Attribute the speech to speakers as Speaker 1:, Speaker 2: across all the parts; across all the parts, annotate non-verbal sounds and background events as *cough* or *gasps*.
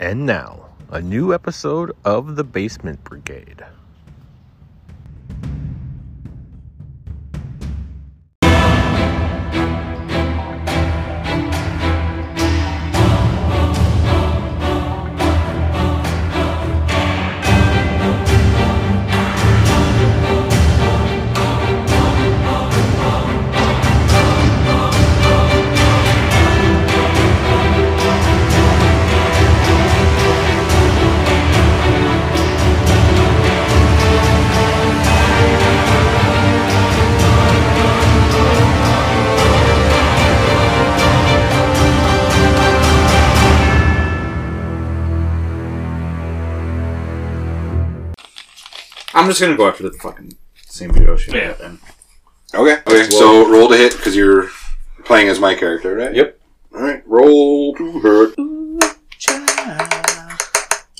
Speaker 1: And now, a new episode of The Basement Brigade.
Speaker 2: I'm just gonna go after the fucking same video she
Speaker 3: Yeah.
Speaker 2: had *laughs* then.
Speaker 4: Okay. Okay. So roll to hit because you're playing as my character, right?
Speaker 2: Yep.
Speaker 4: All right. Roll to hurt.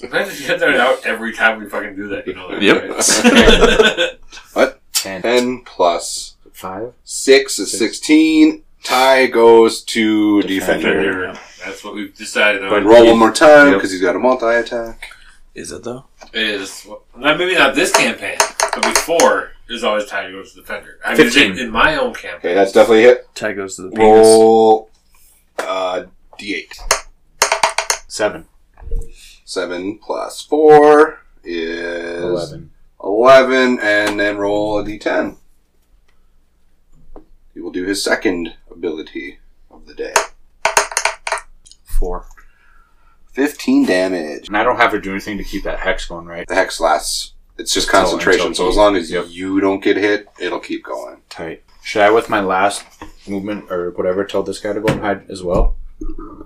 Speaker 3: Imagine if you had that out every time we fucking do that. You know that.
Speaker 5: Yep. *laughs*
Speaker 3: right?
Speaker 2: Ten.
Speaker 4: Ten plus
Speaker 2: Five.
Speaker 4: six is sixteen. Tie goes to defender.
Speaker 3: Defender. That's what we've decided on.
Speaker 4: And roll one more time
Speaker 2: Yep.
Speaker 4: because he's got a multi attack.
Speaker 5: Is it though?
Speaker 3: is not maybe not this campaign, but before is always tied to the defender. I used it
Speaker 2: 15.
Speaker 3: in my own campaign.
Speaker 4: Okay, that's definitely a hit.
Speaker 5: Tie goes to the penis.
Speaker 4: Roll uh, d8.
Speaker 2: Seven.
Speaker 4: Seven plus four is
Speaker 2: Eleven.
Speaker 4: 11, and then roll a d10. He will do his second ability of the day.
Speaker 2: Four.
Speaker 4: 15 damage.
Speaker 2: And I don't have to do anything to keep that hex going, right?
Speaker 4: The hex lasts. It's just
Speaker 2: Until-
Speaker 4: concentration,
Speaker 2: until
Speaker 4: so as
Speaker 2: he-
Speaker 4: long as
Speaker 2: yep.
Speaker 4: you don't get hit, it'll keep going.
Speaker 2: Tight. Should I, with my last movement or whatever, tell this guy to go and hide as well?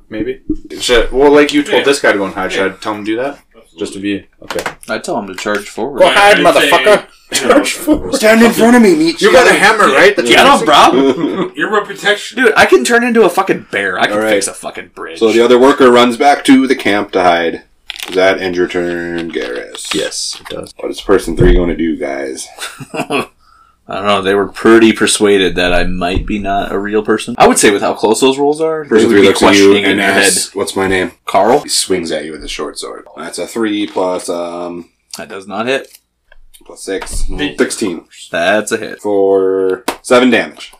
Speaker 2: Maybe. Should well, like you told
Speaker 3: Yeah.
Speaker 2: this guy to go and hide. Should
Speaker 3: Yeah.
Speaker 2: I tell him to do that? Just to be okay.
Speaker 5: I tell him to charge forward.
Speaker 2: Go hide,
Speaker 3: I'd
Speaker 2: motherfucker!
Speaker 3: say, you
Speaker 2: *laughs*
Speaker 3: know,
Speaker 2: Charge forward.
Speaker 4: Stand in front of me, meet
Speaker 2: You got
Speaker 4: *laughs*
Speaker 2: a hammer, right? That's
Speaker 5: Get him, bro.
Speaker 3: You're a protection.
Speaker 5: Dude, I can turn into a fucking bear. I can
Speaker 4: All right.
Speaker 5: fix a fucking bridge.
Speaker 4: so the other worker runs back to the camp to hide. Does that end your turn, Garrus?
Speaker 2: Yes, it does.
Speaker 4: What is person three going to do, guys?
Speaker 5: I don't know. They were pretty persuaded that I might be not a real person. I would say with how close those rolls are, they
Speaker 4: Person
Speaker 5: would
Speaker 4: three
Speaker 5: be
Speaker 4: looks at you
Speaker 5: questioning in
Speaker 4: and
Speaker 5: your head.
Speaker 4: asks, "What's my name?"
Speaker 5: Carl,
Speaker 4: He swings at you with his short sword. That's a three plus um
Speaker 5: that does not hit.
Speaker 4: plus six, sixteen.
Speaker 5: That's a hit.
Speaker 4: for seven damage.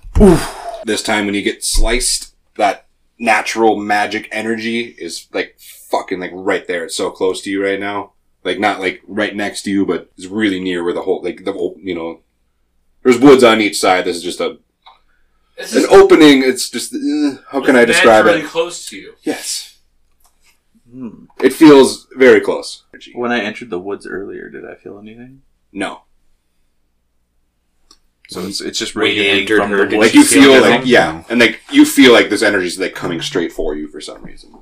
Speaker 4: This time when you get sliced, that natural magic energy is like fucking like right there. It's so close to you right now. Like not like right next to you, but it's really near where the whole like the whole you know. There's woods on each side. This is just a
Speaker 3: This
Speaker 4: an
Speaker 3: is-
Speaker 4: opening. It's just eh, how can I
Speaker 3: it's
Speaker 4: describe
Speaker 3: naturally
Speaker 4: it?
Speaker 3: close to you.
Speaker 4: Yes, it feels very close.
Speaker 5: Hmm. When I entered the woods earlier, did I feel anything?
Speaker 4: No,
Speaker 5: So it's, it's just
Speaker 2: When you
Speaker 5: radiating
Speaker 2: entered
Speaker 5: from
Speaker 2: her,
Speaker 5: the
Speaker 2: did
Speaker 4: like
Speaker 5: woods. *laughs*
Speaker 2: she
Speaker 4: you
Speaker 2: feel
Speaker 4: feel
Speaker 2: anything?
Speaker 4: like yeah, and like you feel like this energy is like coming straight for you for some reason.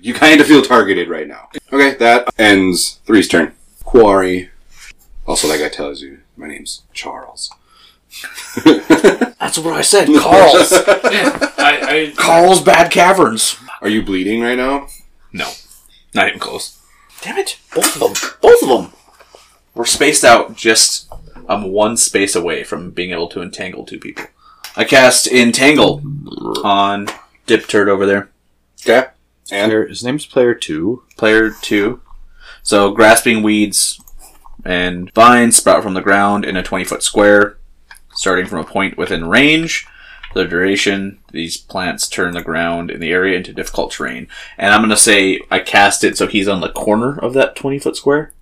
Speaker 4: You kind of feel targeted right now. Okay, that ends three's turn. Quarry. Also, that guy tells you my name's Charles.
Speaker 5: That's what I
Speaker 4: *laughs*
Speaker 5: said. Carl's.
Speaker 3: Yeah, I, I,
Speaker 5: Carl's Bad Caverns.
Speaker 4: Are you bleeding right now?
Speaker 5: No, *laughs* not even close. Damn it! Both of them. Both of them. We're spaced out. Just I'm one space away from being able to entangle two people. I cast entangle on Dip Turd over there,
Speaker 4: Okay. And
Speaker 2: Player- His name's Player Two.
Speaker 5: player two. So grasping weeds and vines sprout from the ground in a 20 foot square, starting from a point within range. For the duration these plants turn the ground in the area into difficult terrain. And I'm gonna say I cast it so he's on the corner of that 20 foot square.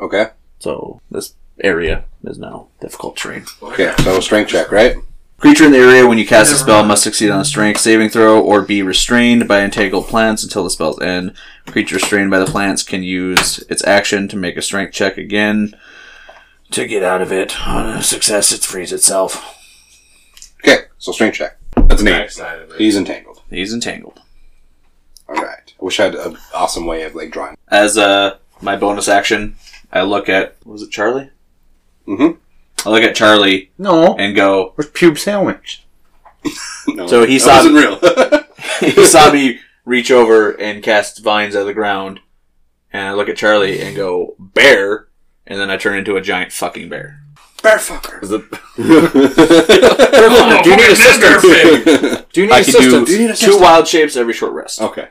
Speaker 4: okay.
Speaker 5: So this area is now difficult terrain.
Speaker 4: Okay. So strength check, right?
Speaker 5: Creature in the area when you cast a spell must succeed on a strength saving throw or be restrained by entangled plants until the spell's end. Creature restrained by the plants can use its action to make a strength check again to get out of it. On a success, it frees itself.
Speaker 4: Okay. So strength check. That's an eight.
Speaker 3: backside of it.
Speaker 4: He's entangled.
Speaker 5: He's entangled.
Speaker 4: All right. I wish I had an awesome way of like drawing. *laughs*
Speaker 5: As uh, my bonus action, I look at was it Charlie?
Speaker 4: Mhm.
Speaker 5: I look at Charlie
Speaker 2: No,
Speaker 5: and go.
Speaker 2: where's Pube Sandwich?
Speaker 4: No,
Speaker 5: So he
Speaker 4: that
Speaker 5: saw-
Speaker 4: wasn't real.
Speaker 5: *laughs* he saw me reach over and cast vines out of the ground, and I look at Charlie and go, bear, and then I turn into a giant fucking bear.
Speaker 4: Bear fucker.
Speaker 2: Is it?
Speaker 3: Oh,
Speaker 2: do you need
Speaker 3: fucking
Speaker 2: assistance?
Speaker 3: Ninderfin!
Speaker 2: Do you need
Speaker 4: *laughs*
Speaker 5: I can
Speaker 2: assistance?
Speaker 4: Oh,
Speaker 5: do two wild shapes every short rest.
Speaker 4: okay.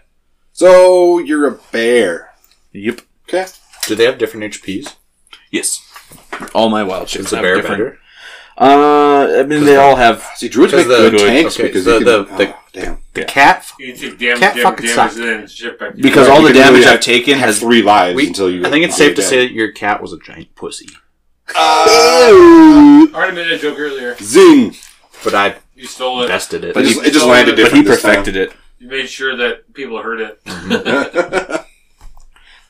Speaker 4: So you're a bear.
Speaker 5: Yep.
Speaker 4: Okay.
Speaker 2: Do they have different HPs?
Speaker 5: Yes. All my wild shits
Speaker 2: Is the
Speaker 5: have
Speaker 2: bear
Speaker 5: different.
Speaker 2: better?
Speaker 5: Uh, I mean, they all have.
Speaker 4: See, druids make
Speaker 2: Because the-
Speaker 4: good
Speaker 2: okay,
Speaker 4: tanks
Speaker 2: so
Speaker 4: because
Speaker 2: the-
Speaker 4: you
Speaker 2: the-
Speaker 4: can,
Speaker 2: the-
Speaker 4: oh, damn.
Speaker 2: The cat.
Speaker 3: You can take damage,
Speaker 2: Cat
Speaker 3: damage,
Speaker 2: fucking
Speaker 3: damage,
Speaker 2: sucked.
Speaker 3: and then ship back. to
Speaker 5: Because
Speaker 3: you.
Speaker 5: all
Speaker 4: You
Speaker 5: the
Speaker 4: can
Speaker 5: damage
Speaker 4: really
Speaker 5: I've taken
Speaker 4: has
Speaker 5: has.
Speaker 4: three lives
Speaker 2: We,
Speaker 4: until you.
Speaker 2: I think it's safe to say
Speaker 4: that.
Speaker 2: that your cat was a giant pussy.
Speaker 4: Uh,
Speaker 3: I already made a joke earlier.
Speaker 4: zing! *laughs*
Speaker 2: But I
Speaker 3: You stole it.
Speaker 2: bested it. Oh,
Speaker 4: But
Speaker 5: he-
Speaker 4: just, it just landed
Speaker 5: But he
Speaker 4: different. this time.
Speaker 5: perfected it.
Speaker 3: You made sure that people heard it.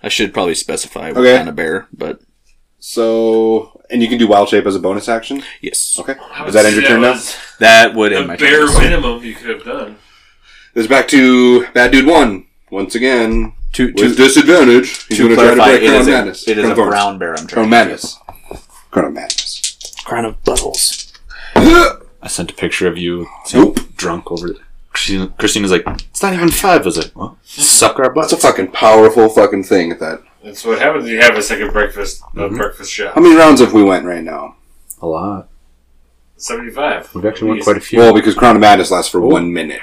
Speaker 5: I should probably specify what
Speaker 4: Okay.
Speaker 5: kind of bear, but
Speaker 4: So, and you can do wild shape as a bonus action.
Speaker 5: yes,
Speaker 4: Okay,
Speaker 3: I
Speaker 4: is
Speaker 3: would
Speaker 4: that
Speaker 3: say
Speaker 4: end your turn now?
Speaker 3: was
Speaker 5: that would end
Speaker 3: The
Speaker 5: my
Speaker 3: bare
Speaker 5: turn.
Speaker 3: minimum you could have done.
Speaker 4: It's back to bad dude one once again
Speaker 5: To,
Speaker 4: with
Speaker 5: to,
Speaker 4: disadvantage. He's
Speaker 5: to
Speaker 4: gonna try to
Speaker 5: clarify,
Speaker 4: break
Speaker 5: it
Speaker 4: Colonel
Speaker 5: is, a,
Speaker 4: Madness.
Speaker 5: it is a
Speaker 4: Colonel Barnes.
Speaker 5: brown bear. I'm
Speaker 4: Colonel
Speaker 5: trying.
Speaker 4: Madness. Colonel Madness.
Speaker 5: Crown
Speaker 4: *gasps*
Speaker 5: of buttholes.
Speaker 2: I sent a picture of you
Speaker 4: Nope.
Speaker 2: drunk over. Christina, Christina's like, it's not even five, is it? Well, suck our
Speaker 4: That's
Speaker 2: butts.
Speaker 4: a fucking powerful fucking thing at that.
Speaker 3: That's what happens when you have a second breakfast, a breakfast shot.
Speaker 4: How many rounds have we went right now?
Speaker 2: A lot.
Speaker 3: 75.
Speaker 2: We've actually won quite a few.
Speaker 4: Well, because Crown of Madness lasts for one minute.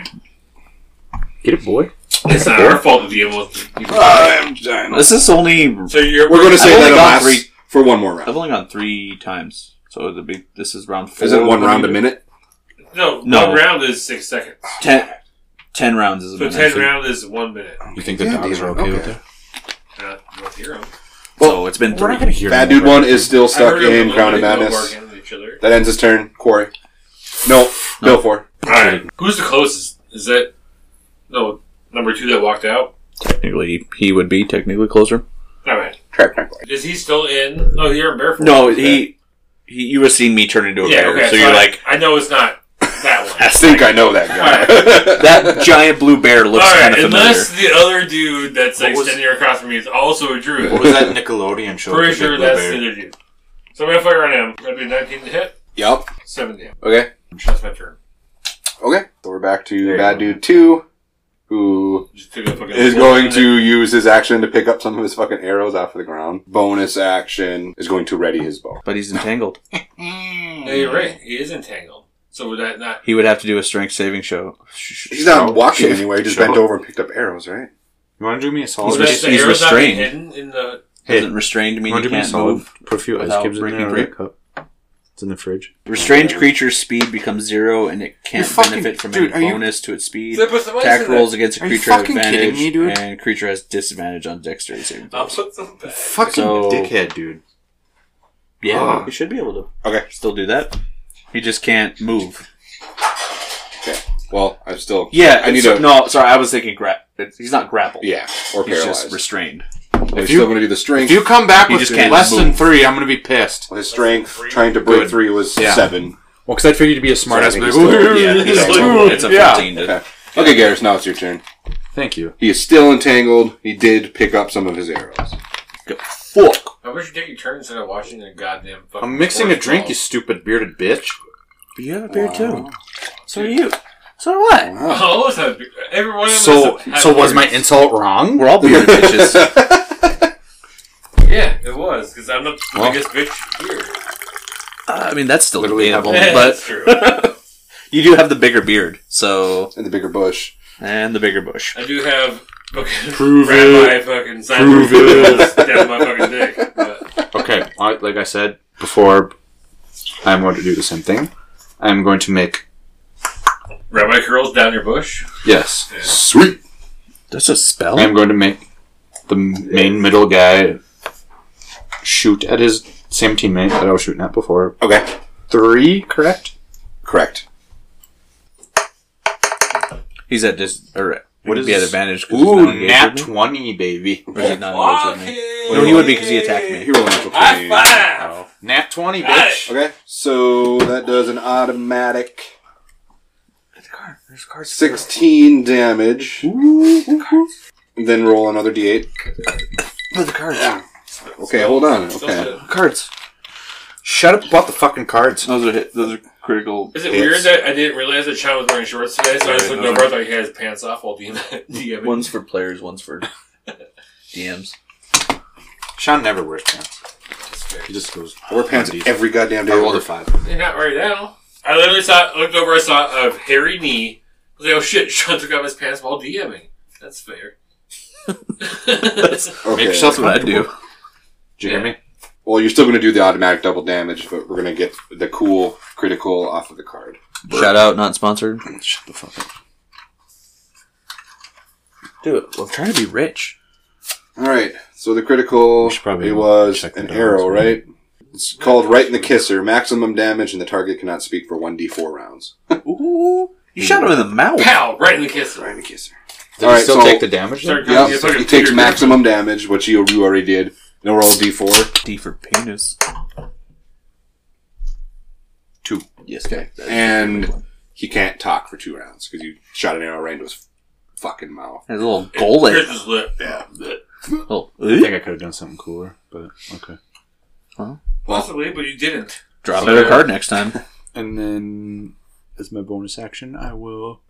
Speaker 2: Get it, boy.
Speaker 3: It's not our fault that the almost.
Speaker 4: I'm dying.
Speaker 5: This is only.
Speaker 3: So you're.
Speaker 4: We're gonna say
Speaker 5: I've
Speaker 4: that
Speaker 5: only
Speaker 4: it
Speaker 5: gone
Speaker 4: lasts
Speaker 5: three-
Speaker 4: for one more
Speaker 5: I've
Speaker 4: round.
Speaker 5: only gone three times, so the big. This is round four.
Speaker 4: Is it one
Speaker 5: What
Speaker 4: round a
Speaker 5: do we do?
Speaker 4: minute?
Speaker 3: No,
Speaker 5: No.
Speaker 3: one round is six seconds.
Speaker 5: Ten. Ten rounds is a
Speaker 3: So
Speaker 5: minute.
Speaker 3: 10 round is one minute.
Speaker 1: You think the
Speaker 4: Yeah,
Speaker 1: dogs
Speaker 4: dude,
Speaker 1: are okay,
Speaker 4: okay.
Speaker 1: with that?
Speaker 3: Uh, you don't hear 'em.
Speaker 5: So it's been
Speaker 1: We're not
Speaker 5: three.
Speaker 1: gonna hear
Speaker 4: Bad
Speaker 1: them
Speaker 4: dude one is
Speaker 3: I
Speaker 4: still
Speaker 3: heard
Speaker 4: stuck
Speaker 3: 'em,
Speaker 4: in
Speaker 3: but
Speaker 4: Crown of
Speaker 3: they go
Speaker 4: Madness.
Speaker 3: barking at each other.
Speaker 4: That ends his turn. Corey. No, Bill four.
Speaker 3: Alright, who's the closest? Is that. No, number two that walked out?
Speaker 5: Technically, he would be technically closer.
Speaker 3: Alright.
Speaker 4: Track back.
Speaker 3: Is he still in? No, you're in barefoot.
Speaker 5: No, he, he. You were seeing me turn into a
Speaker 3: Yeah,
Speaker 5: bear,
Speaker 3: okay.
Speaker 5: so you're
Speaker 3: I-
Speaker 5: like
Speaker 3: I know it's not that
Speaker 4: *laughs*
Speaker 3: one.
Speaker 4: I think I know that guy.
Speaker 5: that giant blue bear looks kind
Speaker 3: Alright,
Speaker 5: of familiar.
Speaker 3: unless the other dude that's like
Speaker 1: What was-
Speaker 3: standing here across from me is also a druid.
Speaker 1: What was that Nickelodeon show?
Speaker 3: Pretty
Speaker 1: with the
Speaker 3: sure
Speaker 1: big
Speaker 3: that's
Speaker 1: bear?
Speaker 3: the other dude. So I'm gonna fire on him. That'd be 19 to hit,
Speaker 4: yep.
Speaker 3: 7 damage.
Speaker 4: *laughs* Okay.
Speaker 3: That's my turn.
Speaker 4: Okay. So we're back to
Speaker 3: There you
Speaker 4: Bad
Speaker 3: go.
Speaker 4: Dude Two, who
Speaker 3: Just took a fucking-
Speaker 4: is going to use his action to pick up some of his fucking arrows off of the ground. Bonus action is going to ready his bow.
Speaker 5: but he's entangled.
Speaker 3: Yeah, you're right. He is entangled. So would that not?
Speaker 5: He would have to do a strength saving show.
Speaker 4: He's not
Speaker 1: Show-
Speaker 4: walking
Speaker 1: shave-
Speaker 4: anywhere. He just
Speaker 1: show.
Speaker 4: bent over and picked up arrows, right?
Speaker 1: You want to do me a solid?
Speaker 3: would that
Speaker 5: res-
Speaker 3: the
Speaker 5: he's
Speaker 3: arrows not be
Speaker 5: restrained.
Speaker 3: Hidden in the.
Speaker 1: Hey,
Speaker 5: Doesn't restrained
Speaker 1: you
Speaker 5: mean
Speaker 1: want
Speaker 5: he
Speaker 1: to do me a
Speaker 5: can't
Speaker 1: solid?
Speaker 5: move.
Speaker 1: Put a few ice
Speaker 5: without
Speaker 1: cubes in
Speaker 5: breaking
Speaker 1: there. out of
Speaker 5: free?
Speaker 1: that cup. It's in the fridge.
Speaker 5: Restrained creature's speed becomes zero, and it can't
Speaker 4: You're fucking-
Speaker 5: benefit from
Speaker 4: dude, are
Speaker 5: any
Speaker 4: you-
Speaker 5: bonus to its speed.
Speaker 3: They put some ice
Speaker 5: Attack
Speaker 3: in it.
Speaker 5: rolls against a
Speaker 4: Are you
Speaker 5: creature have
Speaker 4: fucking kidding
Speaker 5: advantage,
Speaker 4: me, dude?
Speaker 5: and creature has disadvantage on dexterity saving.
Speaker 3: I'll put some back.
Speaker 1: Fucking
Speaker 5: So-
Speaker 1: dickhead, dude.
Speaker 5: Yeah,
Speaker 4: Ah.
Speaker 5: he should be able to
Speaker 4: Okay.
Speaker 5: still do that. He just can't move.
Speaker 4: Well, I'm still.
Speaker 5: Yeah,
Speaker 4: I need
Speaker 5: so-
Speaker 4: to.
Speaker 5: No, sorry, I was thinking grap. He's not grappled.
Speaker 4: Yeah. Or
Speaker 5: he's
Speaker 4: paralyzed.
Speaker 5: just *laughs* restrained.
Speaker 4: Well, he's
Speaker 1: If you-
Speaker 4: still going to do the strength.
Speaker 1: If you come back
Speaker 5: He
Speaker 1: with
Speaker 5: just can't
Speaker 1: less than
Speaker 5: move.
Speaker 1: three, I'm gonna be pissed.
Speaker 4: his strength trying to break
Speaker 1: Good.
Speaker 4: three was
Speaker 1: Yeah.
Speaker 4: seven.
Speaker 1: Well, because I figured you'd be a smartass.
Speaker 4: So I
Speaker 1: but like,
Speaker 4: think he's
Speaker 1: *laughs*
Speaker 4: still-
Speaker 1: "Ooh,
Speaker 4: yeah,
Speaker 1: this
Speaker 4: he's
Speaker 1: is
Speaker 4: still-
Speaker 1: cool."
Speaker 5: It's a
Speaker 1: Yeah.
Speaker 5: 15 to
Speaker 4: Okay. Okay, Garrus, now it's your turn.
Speaker 1: Thank you.
Speaker 4: He is still entangled. He did pick up some of his arrows.
Speaker 5: go. Fuck.
Speaker 3: I wish you take your turn instead of watching a goddamn. Fucking
Speaker 1: I'm mixing a
Speaker 3: porn
Speaker 1: drink,
Speaker 3: ball.
Speaker 1: you stupid bearded bitch.
Speaker 5: But you have a beer too. So do you. So what?
Speaker 4: Wow.
Speaker 3: *laughs* Oh, so everyone.
Speaker 1: So, so was my insult wrong?
Speaker 5: We're all
Speaker 1: *laughs*
Speaker 5: bearded bitches.
Speaker 3: Yeah, it was because I'm the
Speaker 1: Well.
Speaker 3: biggest bitch here.
Speaker 5: I mean, that's still
Speaker 4: Literally
Speaker 5: debatable,
Speaker 3: *laughs*
Speaker 4: have
Speaker 3: That's
Speaker 5: but
Speaker 3: true.
Speaker 1: *laughs*
Speaker 5: you do have the bigger beard, so
Speaker 4: And the bigger bush.
Speaker 5: and the bigger bush.
Speaker 3: I do have fucking *laughs*
Speaker 1: Prove
Speaker 3: rabbi
Speaker 1: it.
Speaker 3: fucking Simon
Speaker 1: Prove
Speaker 3: Says down my fucking dick. But
Speaker 1: Okay, I, like I said before, I'm going to do the same thing. I'm going to make
Speaker 3: rabbi curls down your bush.
Speaker 1: yes, sweet.
Speaker 5: That's a spell.
Speaker 1: I'm going to make the main middle guy shoot at his same teammate that I was shooting at before.
Speaker 4: Okay.
Speaker 1: Three, correct?
Speaker 4: Correct.
Speaker 5: He's at dis or would
Speaker 1: is
Speaker 5: be at
Speaker 1: this?
Speaker 5: advantage. 'cause he's not
Speaker 1: Ooh,
Speaker 5: engaged
Speaker 1: nat
Speaker 5: with me?
Speaker 1: twenty, baby.
Speaker 5: Or is he not engaged with me? No,
Speaker 4: Wait,
Speaker 5: he
Speaker 4: what?
Speaker 5: would be because he attacked me.
Speaker 4: He rolled natural 20.
Speaker 3: High five!
Speaker 1: Nat twenty,
Speaker 3: Got
Speaker 1: bitch.
Speaker 4: Okay, so that does an automatic
Speaker 5: There's cards.
Speaker 4: 16 damage. Then roll another d8.
Speaker 5: But the cards.
Speaker 4: Okay, hold on. Okay.
Speaker 5: Cards.
Speaker 1: Shut up about the fucking cards.
Speaker 5: Those are hit. Those are critical.
Speaker 3: Is it weird that I didn't realize that Sean was wearing shorts today? So I just looked over. I thought he had his pants off while DM *laughs* DMing.
Speaker 5: One's for players. One's *laughs* for DMs.
Speaker 1: Sean never wears pants.
Speaker 3: That's fair.
Speaker 1: He just goes.
Speaker 4: I wear pants
Speaker 1: undies.
Speaker 4: every goddamn day.
Speaker 1: I rolled a five.
Speaker 3: You're not right now. I literally saw, looked over. I *laughs*
Speaker 5: *laughs*
Speaker 3: saw a hairy knee. I was like, oh shit! Sean took off his pants while DMing. That's fair.
Speaker 4: Okay.
Speaker 1: Make yourself
Speaker 5: That's what I do.
Speaker 1: Did you hear me?
Speaker 4: well, you're still going to do the automatic double damage, but we're going to get the cool critical off of the card.
Speaker 5: Shout out, not sponsored.
Speaker 4: Shut the fuck up.
Speaker 5: Do it. Well, I'm trying to be rich.
Speaker 4: All right. So the critical
Speaker 2: We should probably
Speaker 4: it was
Speaker 2: check the
Speaker 4: an
Speaker 2: dice,
Speaker 4: arrow,
Speaker 2: right?
Speaker 4: right? It's called right in the kisser. Maximum damage, and the target cannot speak for one d4 rounds.
Speaker 5: Ooh, you shot him in the
Speaker 3: *laughs*
Speaker 5: mouth.
Speaker 3: Pow! Right in the kiss.
Speaker 4: Right in the kisser.
Speaker 1: Did
Speaker 4: All
Speaker 1: he
Speaker 4: right,
Speaker 1: still
Speaker 4: so-
Speaker 1: take the damage? though?
Speaker 3: Start
Speaker 4: Yep.
Speaker 3: it's like a
Speaker 4: he takes
Speaker 3: Peter
Speaker 4: maximum damage, which you, you already did. Now roll d4,
Speaker 5: D for penis.
Speaker 4: two,
Speaker 5: Yes. Okay.
Speaker 4: and he can't talk for two rounds because you shot an arrow right into his fucking mouth.
Speaker 5: There's a little oh,
Speaker 3: Griffin.
Speaker 5: goalie.
Speaker 3: Chris's lip.
Speaker 4: Yeah.
Speaker 5: Little,
Speaker 2: I think I could have done something cooler, but okay.
Speaker 3: Possibly, but you didn't.
Speaker 5: draw a better card next time.
Speaker 2: And then, as my bonus action, I will.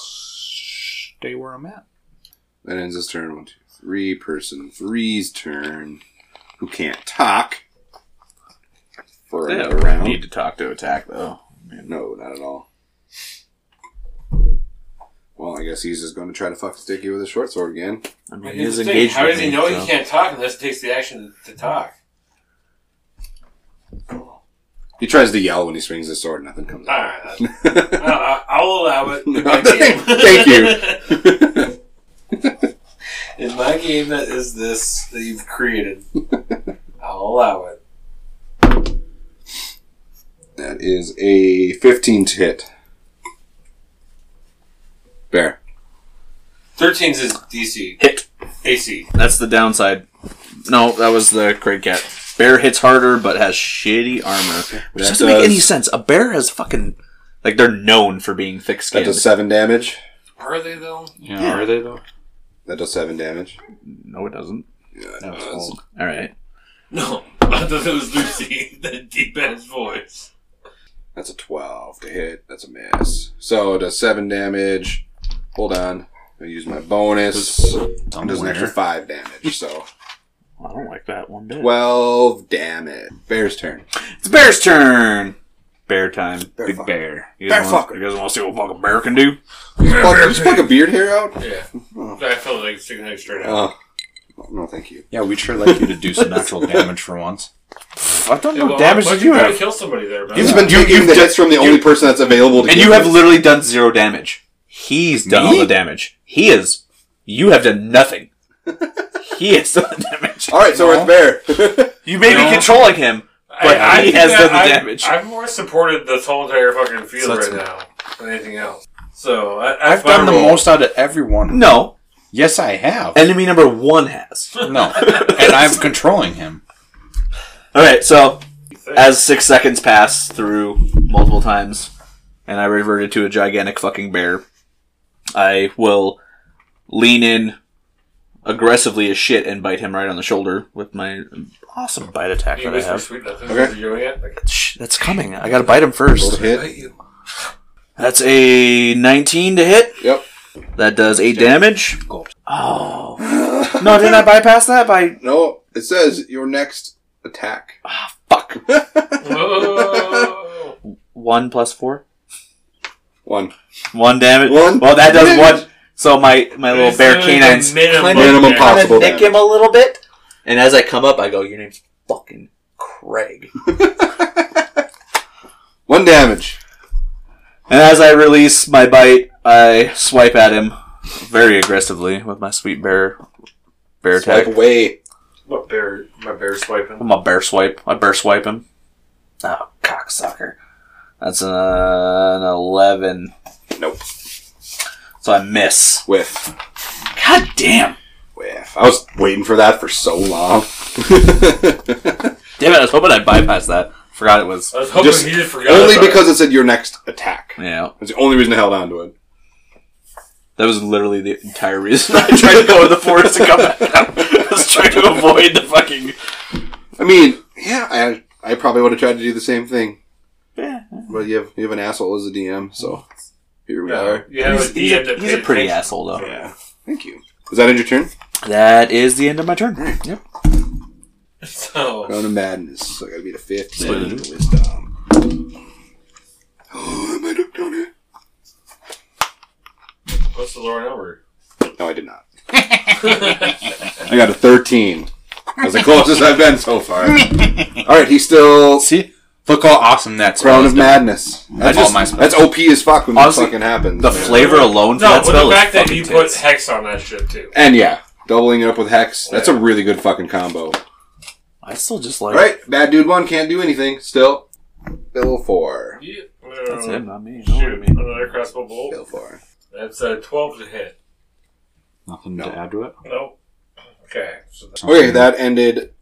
Speaker 2: Stay where I'm at.
Speaker 4: That ends his turn. One, two, three. Person three's turn. Who can't talk for
Speaker 5: They
Speaker 4: another
Speaker 5: don't
Speaker 4: round?
Speaker 5: need to talk to attack though.
Speaker 4: No, not at all. Well, I guess he's just going to try to fuck Sticky with his short sword again.
Speaker 5: I mean,
Speaker 3: Here's
Speaker 5: he is
Speaker 3: the thing,
Speaker 5: engaged.
Speaker 3: How
Speaker 5: with
Speaker 3: does he
Speaker 5: me,
Speaker 3: know
Speaker 5: so-
Speaker 3: he can't talk unless he takes the action to talk?
Speaker 4: He tries to yell when he swings his sword, nothing comes out.
Speaker 3: Alright, I- Uh, I- I'll allow
Speaker 5: *laughs*
Speaker 3: it. In my game.
Speaker 4: Thank you.
Speaker 3: *laughs* In my game that is this that you've created, I'll allow it.
Speaker 4: *laughs* That is a 15 to hit. Bear.
Speaker 3: 13's his DC.
Speaker 5: Hit.
Speaker 3: AC.
Speaker 5: That's the downside. No, that was the Craig Cat. Bear hits harder but has shitty armor. Which
Speaker 4: That
Speaker 5: doesn't make any
Speaker 4: does-
Speaker 5: sense. A bear has fucking. Like, they're known for being thick
Speaker 4: That
Speaker 5: skinned.
Speaker 4: does 7 damage.
Speaker 3: Are they though?
Speaker 1: Yeah, Are they though?
Speaker 4: That does 7 damage.
Speaker 5: No, it doesn't.
Speaker 4: That
Speaker 2: was
Speaker 4: does.
Speaker 5: Alright.
Speaker 3: No. *laughs* I thought it was Lucy, the deep ass voice.
Speaker 4: That's a 12 to hit. That's a miss. So it does 7 damage. Hold on. I use my bonus. It does an extra 5 damage, so
Speaker 5: I don't like that one bit.
Speaker 4: 12 damage. Bear's turn.
Speaker 5: It's Bear's turn! Bear time.
Speaker 4: Bear
Speaker 1: Big
Speaker 4: fuck.
Speaker 1: bear.
Speaker 5: You guys
Speaker 4: Bear
Speaker 5: wanna-
Speaker 4: fucker.
Speaker 5: You guys want to see what fucking bear can do?
Speaker 4: Fuck, did you fuck a beard hair out?
Speaker 3: Yeah.
Speaker 5: Oh.
Speaker 3: I felt like sticking it straight out.
Speaker 4: Oh. No, thank you.
Speaker 1: Yeah, we'd sure like you to do
Speaker 4: *laughs*
Speaker 1: some actual damage for once.
Speaker 5: I've done
Speaker 3: Yeah, well,
Speaker 5: no Oh, damage
Speaker 3: why
Speaker 5: to
Speaker 3: don't you
Speaker 5: you.
Speaker 3: try
Speaker 5: have-
Speaker 3: to kill somebody there, man.
Speaker 4: You've been
Speaker 5: you-
Speaker 4: taking
Speaker 5: you've
Speaker 4: the
Speaker 5: ju-
Speaker 4: hits from the only person that's available to
Speaker 5: And
Speaker 4: give
Speaker 5: you have
Speaker 4: them.
Speaker 5: literally done zero damage. He's done
Speaker 4: Me?
Speaker 5: all the damage. He is. You have done nothing. *laughs* he has done the damage.
Speaker 4: All right, so we're at the bear.
Speaker 5: You may
Speaker 3: No.
Speaker 5: be controlling him, but he
Speaker 3: think
Speaker 5: has
Speaker 3: that
Speaker 5: done the
Speaker 3: I've-
Speaker 5: damage.
Speaker 3: I've more supported this whole entire fucking
Speaker 5: So
Speaker 3: field
Speaker 5: that's-
Speaker 3: right now than anything else. So I, I
Speaker 1: I've done the
Speaker 3: spiral-
Speaker 1: most out of everyone.
Speaker 5: no,
Speaker 1: Yes, I have.
Speaker 5: enemy number one has.
Speaker 1: No, *laughs* and I'm controlling him.
Speaker 5: All right, so as six seconds pass through multiple times, and I reverted to a gigantic fucking bear, I will lean in aggressively as shit and bite him right on the shoulder with my awesome bite attack
Speaker 3: You
Speaker 5: that I
Speaker 3: wish me
Speaker 5: have.
Speaker 3: sweet nothing.
Speaker 4: Okay.
Speaker 3: You're doing it. Like,
Speaker 5: Shh, that's coming. I gotta bite him first.
Speaker 4: hit.
Speaker 5: That's a 19 to hit.
Speaker 4: Yep.
Speaker 5: That does 8 damage. Oh. No, didn't I bypass that by.
Speaker 4: No, it says your next attack.
Speaker 5: Fuck.
Speaker 3: Whoa.
Speaker 5: 1 plus 4?
Speaker 4: One.
Speaker 5: 1 damage.
Speaker 4: One.
Speaker 5: Well, that does *laughs*
Speaker 4: Damage.
Speaker 5: 1. So my, my little
Speaker 3: It's
Speaker 5: bear
Speaker 3: the
Speaker 5: canines.
Speaker 3: minimum.
Speaker 4: Minimum
Speaker 5: kind
Speaker 4: possible
Speaker 5: of nick
Speaker 4: damage.
Speaker 5: him a little bit. And as I come up, I go, Your name's fucking Craig.
Speaker 4: One damage.
Speaker 5: And as I release my bite, I swipe at him very aggressively with my sweet bear bear attack.
Speaker 4: Swipe away.
Speaker 3: What bear? My bear swiping.
Speaker 5: I'm a bear swipe. I bear swipe him. Oh, cocksucker. That's an, uh, an 11.
Speaker 4: Nope.
Speaker 5: So I miss.
Speaker 4: Whiff.
Speaker 5: God damn.
Speaker 4: Whiff. I was waiting for that for so long.
Speaker 5: Damn it, I was hoping I'd bypass that. Forgot it was.
Speaker 3: I was hoping
Speaker 4: Just-
Speaker 3: he just forgot.
Speaker 4: only
Speaker 3: about it.
Speaker 4: because it said your next attack.
Speaker 5: Yeah.
Speaker 4: That's the only reason I held on to it.
Speaker 5: That was literally the entire reason I tried to go in the forest and come back out. I was trying to avoid the fucking.
Speaker 4: *laughs* I mean, yeah, I I probably would have tried to do the same thing.
Speaker 5: Yeah.
Speaker 4: But you have you have an asshole as a DM, so here we
Speaker 3: No,
Speaker 4: are.
Speaker 3: you have
Speaker 5: He's,
Speaker 3: a
Speaker 5: he's
Speaker 3: DM
Speaker 5: a,
Speaker 3: that
Speaker 5: he's a
Speaker 3: paid
Speaker 5: pretty
Speaker 3: attention.
Speaker 5: asshole, though.
Speaker 4: Yeah. Thank you. Is that end your turn?
Speaker 5: That is the end of my turn. Yep.
Speaker 3: *laughs* So
Speaker 4: Going to madness. So I gotta beat a fifteen.
Speaker 5: That's what
Speaker 4: to
Speaker 5: it
Speaker 4: wisdom. *gasps* Oh, I might have done it.
Speaker 3: to lower number.
Speaker 4: No, I did not. *laughs* I got a 13. That's the closest I've been so far. All right, he's still
Speaker 5: See,
Speaker 1: Look how awesome that's
Speaker 4: Crown of Madness. That's,
Speaker 1: all
Speaker 4: just-
Speaker 1: my spells.
Speaker 4: that's OP as fuck when
Speaker 5: Honestly,
Speaker 4: that fucking happens.
Speaker 5: the flavor alone for
Speaker 3: No,
Speaker 5: that
Speaker 3: but
Speaker 5: spell
Speaker 3: the fact
Speaker 5: is
Speaker 3: that
Speaker 5: fucking
Speaker 3: you put
Speaker 5: tits.
Speaker 3: hex on that shit too.
Speaker 4: and yeah, doubling it up with Hex.
Speaker 1: Oh,
Speaker 4: That's a really good fucking combo.
Speaker 5: I still just like
Speaker 4: All right, bad dude one can't do anything. Still, Bill four.
Speaker 3: Yeah.
Speaker 5: that's him, not me. You know what I
Speaker 3: Shoot,
Speaker 5: mean?
Speaker 3: another crossbow bolt.
Speaker 4: Bill four.
Speaker 3: That's a twelve to hit.
Speaker 1: Nothing
Speaker 4: No.
Speaker 1: to add to it.
Speaker 3: Nope. Okay. So that's
Speaker 4: Okay, that ended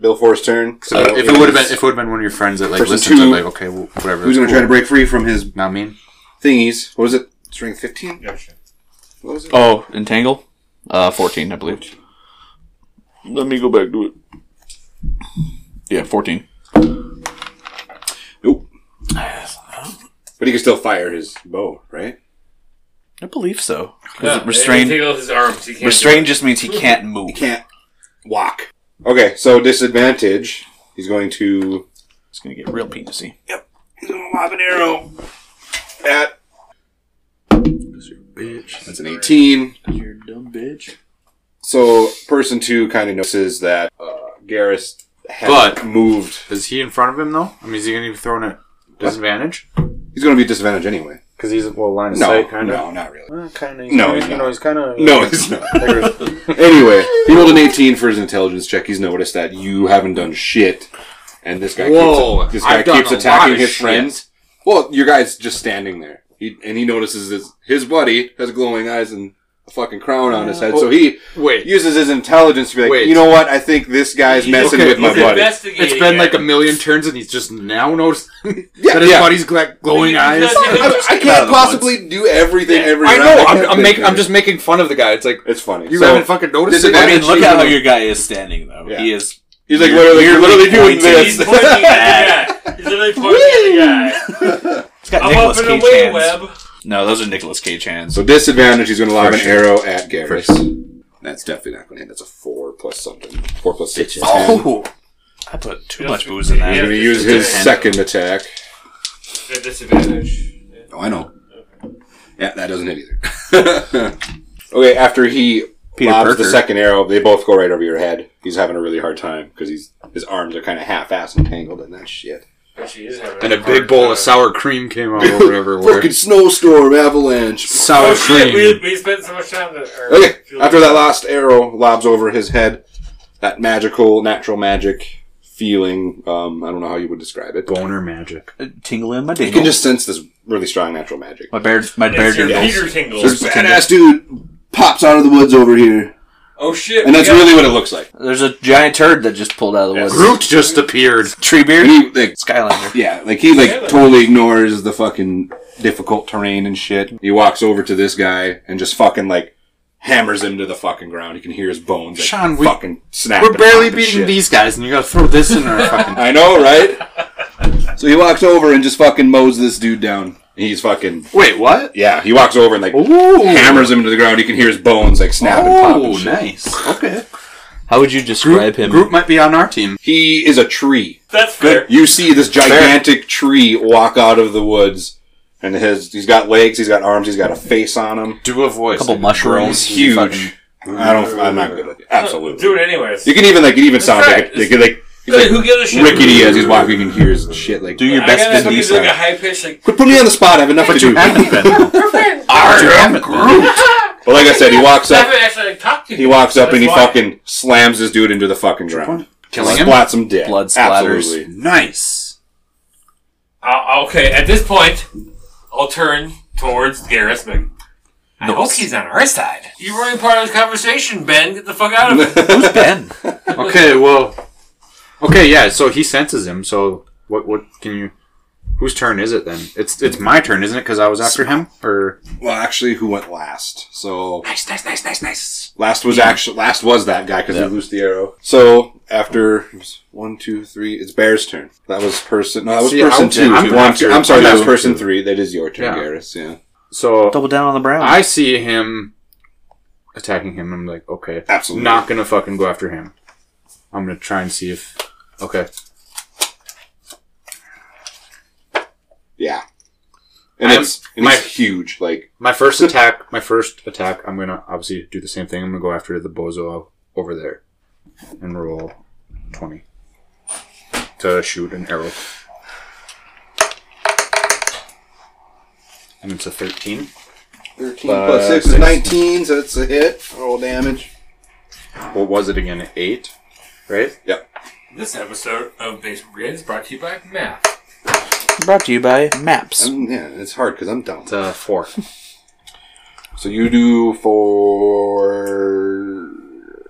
Speaker 4: Bill four's turn.
Speaker 1: So Uh, if it would have been, if it would have been one of your friends that like
Speaker 4: Person
Speaker 1: listens,
Speaker 4: two.
Speaker 1: I'm like, okay, well, whatever.
Speaker 4: who's gonna try to break free from his
Speaker 1: Not mean.
Speaker 4: thingies? What is it? Strength fifteen.
Speaker 3: yeah, sure.
Speaker 4: What was it?
Speaker 5: Oh, entangle, uh, fourteen, I believe. Let me go back to it. Yeah, fourteen.
Speaker 4: Nope. But he can still fire his bow, right?
Speaker 5: I believe so. 'Cause
Speaker 3: Yeah,
Speaker 5: restrained,
Speaker 3: He tingles his arms. He can't
Speaker 5: restrained just means he can't move.
Speaker 4: He can't walk. Okay, so disadvantage. He's going to.
Speaker 5: It's gonna get real penisy.
Speaker 4: He's going to lob an arrow at. That's an 18.
Speaker 5: You're dumb bitch.
Speaker 4: So person two kind of notices that uh, Garrus has
Speaker 1: But-
Speaker 4: moved.
Speaker 1: Is he in front of him though? I mean, is he gonna be thrown at disadvantage?
Speaker 4: He's going to be at disadvantage anyway.
Speaker 2: Because he's well line of
Speaker 4: No,
Speaker 2: sight, kind
Speaker 4: no,
Speaker 2: of.
Speaker 4: not really.
Speaker 2: kind of.
Speaker 4: No, he's
Speaker 2: you
Speaker 4: not.
Speaker 2: know, he's kind of.
Speaker 4: No, it's not. *laughs* anyway, he rolled an 18 for his intelligence check. He's noticed that you haven't done shit, and this guy
Speaker 1: Whoa,
Speaker 4: keeps, this guy
Speaker 1: I've done
Speaker 4: keeps
Speaker 1: a lot
Speaker 4: attacking
Speaker 1: of
Speaker 4: his
Speaker 1: shit.
Speaker 4: friends. Well, your guy's just standing there, he, and he notices his his buddy has glowing eyes and a fucking crown on his head.
Speaker 1: Oh.
Speaker 4: So he
Speaker 1: Wait,
Speaker 4: uses his intelligence to be like,
Speaker 1: Wait.
Speaker 4: you know what? I think this guy's messing
Speaker 1: okay,
Speaker 4: with my
Speaker 1: okay.
Speaker 4: buddy.
Speaker 3: Investigating
Speaker 1: it's been like a
Speaker 3: it.
Speaker 1: million turns, and he's just now noticing *laughs*
Speaker 4: Yeah,
Speaker 1: that his
Speaker 4: yeah.
Speaker 1: buddy's gla- glowing eyes. *laughs*
Speaker 4: I, I can't possibly do everything every
Speaker 1: I
Speaker 4: round.
Speaker 1: know.
Speaker 4: can't
Speaker 1: I'm, I'm,
Speaker 4: think
Speaker 1: make,
Speaker 4: of
Speaker 1: I'm
Speaker 4: it.
Speaker 1: just making fun of the guy. It's like
Speaker 4: It's funny.
Speaker 1: you
Speaker 4: So,
Speaker 1: haven't fucking noticed it.
Speaker 5: I mean,
Speaker 4: Disadvantage.
Speaker 5: look at how your guy is standing though.
Speaker 4: Yeah.
Speaker 5: He is.
Speaker 4: He's like
Speaker 5: You're
Speaker 4: literally, you're
Speaker 5: weirdly
Speaker 4: literally doing
Speaker 5: pointing.
Speaker 4: this.
Speaker 1: *laughs*
Speaker 3: He's *laughs* pointing
Speaker 5: *laughs*
Speaker 3: at the guy. He's literally pointing at the guy.
Speaker 5: He's got
Speaker 3: I'm up
Speaker 5: Nicolas
Speaker 3: in
Speaker 5: Cage
Speaker 3: a way
Speaker 5: hands.
Speaker 3: web.
Speaker 5: No, those are Nicolas Cage hands.
Speaker 4: So disadvantage. He's going to lob an
Speaker 5: First.
Speaker 4: arrow at Garrus. That's definitely not going to hit. That's a four plus something. Four plus six. is ten.
Speaker 5: Oh, I put too much booze in
Speaker 4: He's
Speaker 5: that.
Speaker 4: going to use his second attack.
Speaker 3: At disadvantage.
Speaker 4: Oh, I know. Yeah, that doesn't hit either. *laughs* okay, after he
Speaker 5: Peter
Speaker 4: lobs
Speaker 5: Parker.
Speaker 4: the second arrow, they both go right over your head. He's having a really hard time because he's his arms are kind of half-assed and tangled in that shit.
Speaker 3: But she is having
Speaker 1: and a
Speaker 3: hard
Speaker 1: big bowl
Speaker 3: time.
Speaker 1: of sour cream came out
Speaker 4: *laughs*
Speaker 1: or whatever. where-
Speaker 4: snowstorm avalanche.
Speaker 1: sour
Speaker 3: Oh shit! We,
Speaker 1: cream.
Speaker 3: we spent so much time. To, or-
Speaker 4: Okay,
Speaker 3: feel
Speaker 4: after
Speaker 3: like-
Speaker 4: that last arrow lobs over his head, that magical, natural magic feeling, um, I don't know how you would describe it.
Speaker 1: Boner magic.
Speaker 5: Tingle in my
Speaker 4: You can
Speaker 5: dingle.
Speaker 4: just sense this really strong natural magic.
Speaker 5: My bear, my bear
Speaker 3: It's your
Speaker 5: dingles.
Speaker 3: Peter tingles.
Speaker 4: This badass dude pops out of the woods over here.
Speaker 3: Oh shit!
Speaker 4: And
Speaker 3: we
Speaker 4: that's
Speaker 3: got-
Speaker 4: really what it looks like.
Speaker 5: There's a giant turd that just pulled out of the woods.
Speaker 1: Groot just appeared.
Speaker 5: Tree
Speaker 4: And
Speaker 5: beard.
Speaker 4: he, like,
Speaker 5: Skylander.
Speaker 4: yeah, like he like totally ignores the fucking difficult terrain and shit. He walks over to this guy and just fucking like hammers him to the fucking ground. You can hear his bones like,
Speaker 1: Sean, we-
Speaker 4: fucking snap.
Speaker 1: We're
Speaker 4: and
Speaker 1: barely
Speaker 4: pop and
Speaker 1: beating
Speaker 4: shit.
Speaker 1: these guys, and you gotta throw this in *laughs* our fucking.
Speaker 4: I know, right? so he walks over and just fucking mows this dude down. He's fucking
Speaker 1: Wait, what?
Speaker 4: yeah. He walks over and like
Speaker 1: Ooh,
Speaker 4: hammers him to the ground. You can hear his bones like snap and pop. and
Speaker 1: Oh,
Speaker 4: shit.
Speaker 1: nice. Okay.
Speaker 5: How would you describe him?
Speaker 1: Groot might be on our team.
Speaker 4: He is a tree.
Speaker 3: That's fair.
Speaker 4: You see this gigantic tree walk out of the woods, and his he's got legs, he's got arms, he's got a face on him.
Speaker 1: Do a voice.
Speaker 5: Couple mushrooms.
Speaker 4: He's huge. I don't. I'm not good at it. Absolutely.
Speaker 3: Do it anyways.
Speaker 4: You can even like it even sounds
Speaker 3: right.
Speaker 4: like, it- like, like, he's
Speaker 3: Like,
Speaker 4: like
Speaker 3: who gives a shit?
Speaker 4: rickety as he's walking. You can hear his shit like.
Speaker 5: Do your
Speaker 3: I
Speaker 5: best
Speaker 3: gotta
Speaker 5: Vin
Speaker 3: look at like a
Speaker 5: Diesel.
Speaker 3: high pitch like
Speaker 4: Quit putting me on the spot. I have enough to do. *laughs* But like I said, he walks
Speaker 3: I *laughs*
Speaker 4: up.
Speaker 3: haven't actually like, talked to
Speaker 4: He
Speaker 3: you.
Speaker 4: walks up
Speaker 3: That's
Speaker 4: and he
Speaker 3: why.
Speaker 4: fucking slams this dude into the fucking ground.
Speaker 1: Killing him?
Speaker 4: Splats him dead.
Speaker 5: Blood splatters.
Speaker 4: Absolutely.
Speaker 1: Nice.
Speaker 3: I'll, Uh, okay, at this point, I'll turn towards Garrus. but I hope he's on our side. You're running part of this conversation, Ben. Get the fuck out of it.
Speaker 4: *laughs*
Speaker 5: Who's Ben?
Speaker 1: Okay, well. Okay, yeah. So he senses him. So what? What can you? Whose turn is it then? It's it's my turn, isn't it? Because I was after him. Or
Speaker 4: Well, actually, who went last? So
Speaker 1: nice, nice, nice, nice, nice.
Speaker 4: last was actually last was that guy because he loosed the arrow. So after one, two, three, it's Bear's turn. That was person. No, that was
Speaker 1: See,
Speaker 4: person
Speaker 1: I'm-
Speaker 4: 2
Speaker 1: I'm
Speaker 4: I'm, one,
Speaker 1: after
Speaker 4: two. I'm sorry, that was
Speaker 1: two.
Speaker 4: person three. That is your
Speaker 1: Yeah.
Speaker 4: turn, Garrus. Yeah,
Speaker 1: So
Speaker 5: *laughs* Double down on the brown.
Speaker 1: I see him attacking him. I'm like, okay,
Speaker 4: absolutely.
Speaker 1: not gonna fucking go after him. I'm gonna try and see if. Okay.
Speaker 4: Yeah. and
Speaker 1: I'm-
Speaker 4: it's and
Speaker 1: my-
Speaker 4: he's huge. Like
Speaker 1: My first attack, my first attack, I'm gonna obviously do the same thing. I'm gonna go after the bozo over there and roll 20 to shoot an arrow. And it's a 13.
Speaker 4: thirteen
Speaker 1: plus six is
Speaker 4: nineteen, so it's a hit. Roll damage.
Speaker 1: What was it again? 8? Right?
Speaker 3: This episode of Basement Brigade is brought to you by Math.
Speaker 5: Brought to you by Maps.
Speaker 4: Um, yeah, it's hard because I'm down.
Speaker 1: It's a 4.
Speaker 4: So you do for